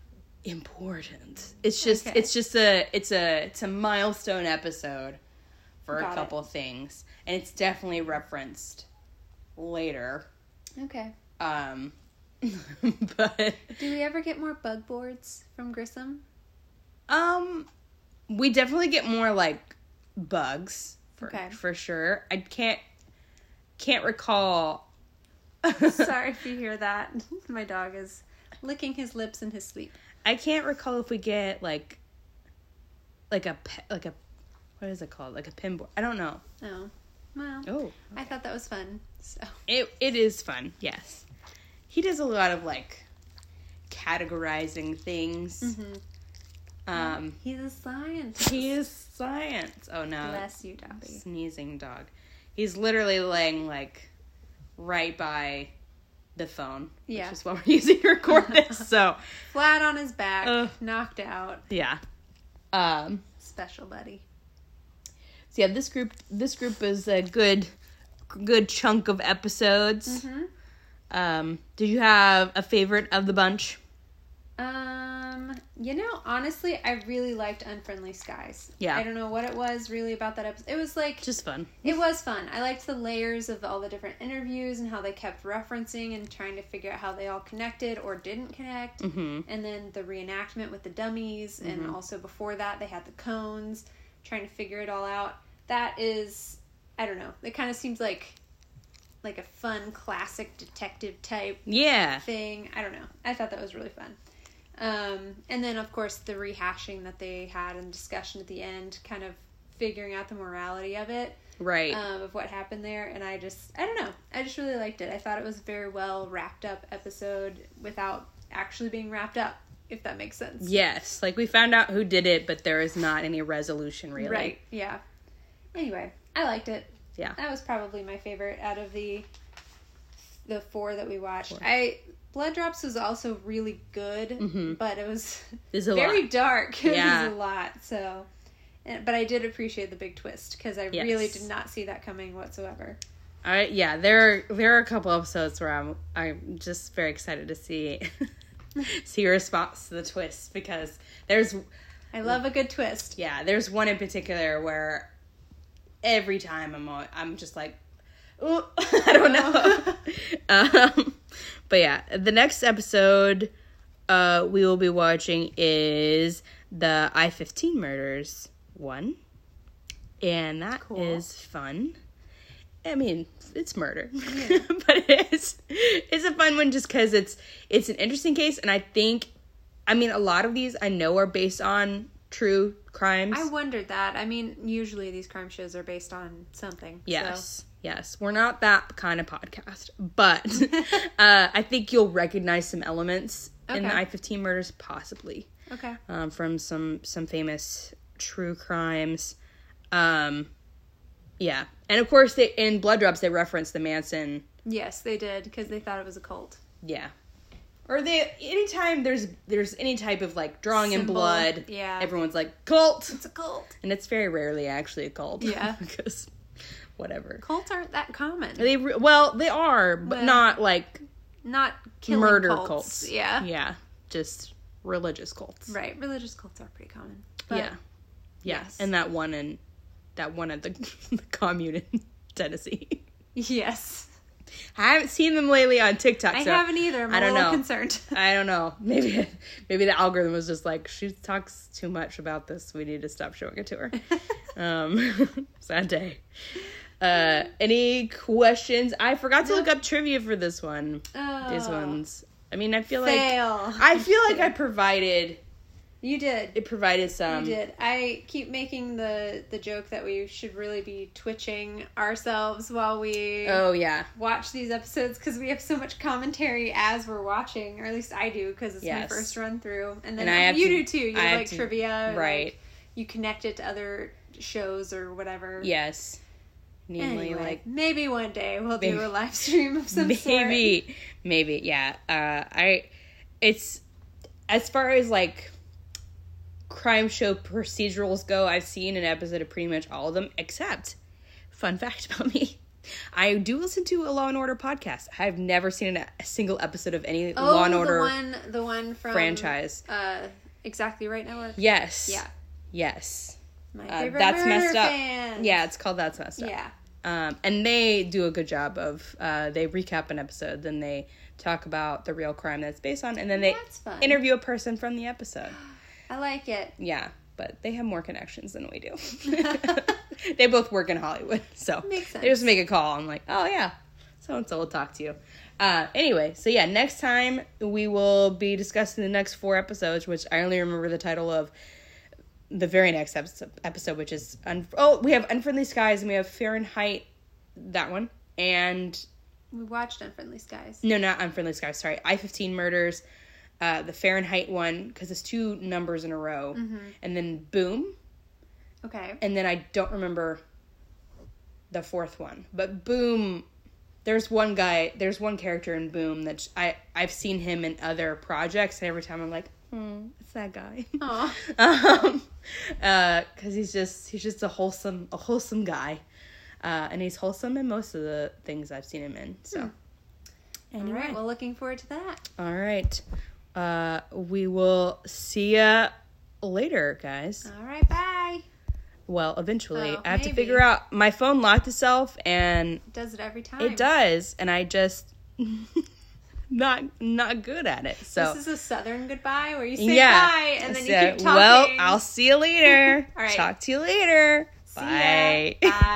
Speaker 1: important. It's just
Speaker 2: Okay.
Speaker 1: it's just a it's a it's a milestone episode for
Speaker 2: Got
Speaker 1: a
Speaker 2: it.
Speaker 1: couple things and it's definitely referenced later.
Speaker 2: Okay.
Speaker 1: Um but
Speaker 2: Do we ever get more bug boards from Grissom?
Speaker 1: Um, we definitely get more like bugs for
Speaker 2: Okay.
Speaker 1: for sure. I can't can't recall
Speaker 2: Sorry if you hear that. My dog is licking his lips in his sleep.
Speaker 1: I can't recall if we get like like a pe- like a what is it called? Like a pinboard. I don't know.
Speaker 2: Oh, well.
Speaker 1: Oh.
Speaker 2: I thought that was fun. So
Speaker 1: It it is fun. Yes. He does a lot of like categorizing things. Um
Speaker 2: he's a scientist.
Speaker 1: he is science. Oh no.
Speaker 2: Bless you, Dobby.
Speaker 1: sneezing dog. He's literally laying like right by the phone, which
Speaker 2: Yeah.
Speaker 1: is what we're using to record this. So
Speaker 2: Flat on his back,
Speaker 1: Ugh.
Speaker 2: knocked out.
Speaker 1: yeah, um,
Speaker 2: Special buddy.
Speaker 1: so yeah, this group this group is a good good chunk of episodes.
Speaker 2: Mm-hmm.
Speaker 1: Um, did you have a favorite of the bunch?
Speaker 2: Um, you know, honestly, I really liked Unfriendly Skies.
Speaker 1: Yeah.
Speaker 2: I don't know what it was really about that episode. It was like
Speaker 1: Just fun.
Speaker 2: it was fun. I liked the layers of all the different interviews and how they kept referencing and trying to figure out how they all connected or didn't connect.
Speaker 1: Mhm.
Speaker 2: And then the reenactment with the dummies and also before that they had the cones trying to figure it all out. That is I don't know. It kind of seems like like a fun classic detective type
Speaker 1: Yeah,
Speaker 2: thing. I don't know. I thought that was really fun. Um, and then, of course, the rehashing that they had and discussion at the end, kind of figuring out the morality of it,
Speaker 1: right.
Speaker 2: um, of what happened there. And I just, I don't know. I just really liked it. I thought it was a very well wrapped up episode without actually being wrapped up, if that makes sense.
Speaker 1: yes, like we found out who did it, but there is not any resolution really.
Speaker 2: Right. Yeah. Anyway, I liked it.
Speaker 1: Yeah.
Speaker 2: That was probably my favorite out of the the four that we watched. I Blood Drops was also really good, but it was
Speaker 1: There's Mm-hmm. a
Speaker 2: very
Speaker 1: lot.
Speaker 2: dark. It
Speaker 1: Yeah.
Speaker 2: was a lot. So, and, but I did appreciate the big twist because I really
Speaker 1: Yes.
Speaker 2: did not see that coming whatsoever.
Speaker 1: I yeah, there are, there are a couple episodes where I'm I'm just very excited to see see your response to the twist because there's
Speaker 2: I love a good twist.
Speaker 1: yeah there's one in particular where every time I'm al- I'm just like Ooh, I don't know, um, but yeah, the next episode uh, we will be watching is the I fifteen murders one, and that is fun. I mean, it's murder, but it's it's a fun one just because it's it's an interesting case, and I think, I mean, a lot of these I know are based on true crimes.
Speaker 2: I wondered that. I mean, usually these crime shows are based on something. So.
Speaker 1: yes, yes, we're not that kind of podcast, but uh, I think you'll recognize some elements in the
Speaker 2: Okay.
Speaker 1: I fifteen murders, possibly.
Speaker 2: Okay.
Speaker 1: um, from some some famous true crimes. Um, yeah, and of course they in Blood Drops they reference the Manson.
Speaker 2: Yes, they did because they thought it was a cult.
Speaker 1: Yeah, or they anytime there's there's any type of like drawing in
Speaker 2: Symbol,
Speaker 1: blood.
Speaker 2: yeah.
Speaker 1: everyone's like cult,
Speaker 2: It's a cult.
Speaker 1: and it's very rarely actually a cult.
Speaker 2: Yeah.
Speaker 1: because whatever
Speaker 2: Cults aren't that common.
Speaker 1: they re- well they are, but
Speaker 2: Well,
Speaker 1: not like
Speaker 2: not killing
Speaker 1: murder
Speaker 2: cults.
Speaker 1: cults.
Speaker 2: Yeah.
Speaker 1: yeah, just religious cults.
Speaker 2: right. Religious cults are pretty common. But
Speaker 1: yeah. Yeah.
Speaker 2: Yes.
Speaker 1: And that one in that one at the, the commune in Tennessee.
Speaker 2: yes,
Speaker 1: I haven't seen them lately on TikTok.
Speaker 2: I
Speaker 1: so
Speaker 2: haven't either. I'm
Speaker 1: I
Speaker 2: a
Speaker 1: don't
Speaker 2: little
Speaker 1: know.
Speaker 2: concerned.
Speaker 1: I don't know. Maybe maybe the algorithm was just like she talks too much about this. We need to stop showing it to her. um, sad day. Uh, any questions? I forgot to look up trivia for this one.
Speaker 2: oh,
Speaker 1: These ones. I mean, I feel like
Speaker 2: fail.
Speaker 1: I feel like I provided
Speaker 2: you did.
Speaker 1: it provided some.
Speaker 2: You did. I keep making the the joke that we should really be twitching ourselves while we
Speaker 1: Oh yeah.
Speaker 2: watch these episodes because we have so much commentary as we're watching, or at least I do because it's
Speaker 1: Yes.
Speaker 2: my first run through, and then
Speaker 1: And I have
Speaker 2: you
Speaker 1: to-
Speaker 2: do too. You
Speaker 1: I have
Speaker 2: like
Speaker 1: to-
Speaker 2: trivia, and, like,
Speaker 1: Right.
Speaker 2: you connect it to other shows or whatever.
Speaker 1: Yes. Namely,
Speaker 2: Anyway,
Speaker 1: like
Speaker 2: maybe one day we'll
Speaker 1: Maybe-
Speaker 2: do a live stream of some sort.
Speaker 1: maybe, maybe, yeah. Uh, I, it's as far as like crime show procedurals go. I've seen an episode of pretty much all of them, except fun fact about me. I do listen to a Law and Order podcast. I've never seen an, a single episode of any
Speaker 2: Oh,
Speaker 1: Law and
Speaker 2: the
Speaker 1: Order
Speaker 2: one, the one from
Speaker 1: franchise.
Speaker 2: Uh, exactly right network.
Speaker 1: Yes.
Speaker 2: Yeah,
Speaker 1: Yes.
Speaker 2: my
Speaker 1: Uh,
Speaker 2: favorite
Speaker 1: that's
Speaker 2: murder
Speaker 1: messed up.
Speaker 2: Fan.
Speaker 1: Yeah, it's called That's Messed Up.
Speaker 2: yeah,
Speaker 1: Um, and they do a good job of uh, they recap an episode, then they talk about the real crime that's based on, and then they
Speaker 2: That's fun.
Speaker 1: interview a person from the episode.
Speaker 2: I like it.
Speaker 1: Yeah, but they have more connections than we do. they both work in Hollywood, so
Speaker 2: Makes
Speaker 1: they just
Speaker 2: sense.
Speaker 1: make a call. I'm like, oh yeah, so and so will talk to you. Uh, anyway, so yeah, next time we will be discussing the next four episodes, which I only remember the title of the very next episode, episode which is un- oh we have unfriendly skies and we have Fahrenheit, that one and
Speaker 2: We watched Unfriendly Skies.
Speaker 1: no not unfriendly skies sorry I fifteen murders, uh, the Fahrenheit one because it's two numbers in a row
Speaker 2: Mm-hmm.
Speaker 1: and then boom
Speaker 2: Okay.
Speaker 1: and then I don't remember the fourth one. But Boom, there's one guy, there's one character in Boom that sh- I I've seen him in other projects, and every time I'm like, oh, it's that guy,
Speaker 2: Aw.
Speaker 1: um, uh, because he's just he's just a wholesome a wholesome guy, uh, and he's wholesome in most of the things I've seen him in. So,
Speaker 2: All
Speaker 1: anyway,
Speaker 2: right. Well, looking forward to that.
Speaker 1: all right, uh, we will see ya later, guys.
Speaker 2: All right. Bye.
Speaker 1: Well, eventually,
Speaker 2: Oh,
Speaker 1: I have to
Speaker 2: Uh, maybe.
Speaker 1: figure out. My phone locked itself, and
Speaker 2: Does it every time?
Speaker 1: it does, and I just not not good at it. So
Speaker 2: This is a southern goodbye where you say
Speaker 1: yeah,
Speaker 2: bye and then you
Speaker 1: So,
Speaker 2: keep talking.
Speaker 1: Well, I'll see you later.
Speaker 2: All right.
Speaker 1: Talk to you later.
Speaker 2: See ya.
Speaker 1: Bye.
Speaker 2: Bye.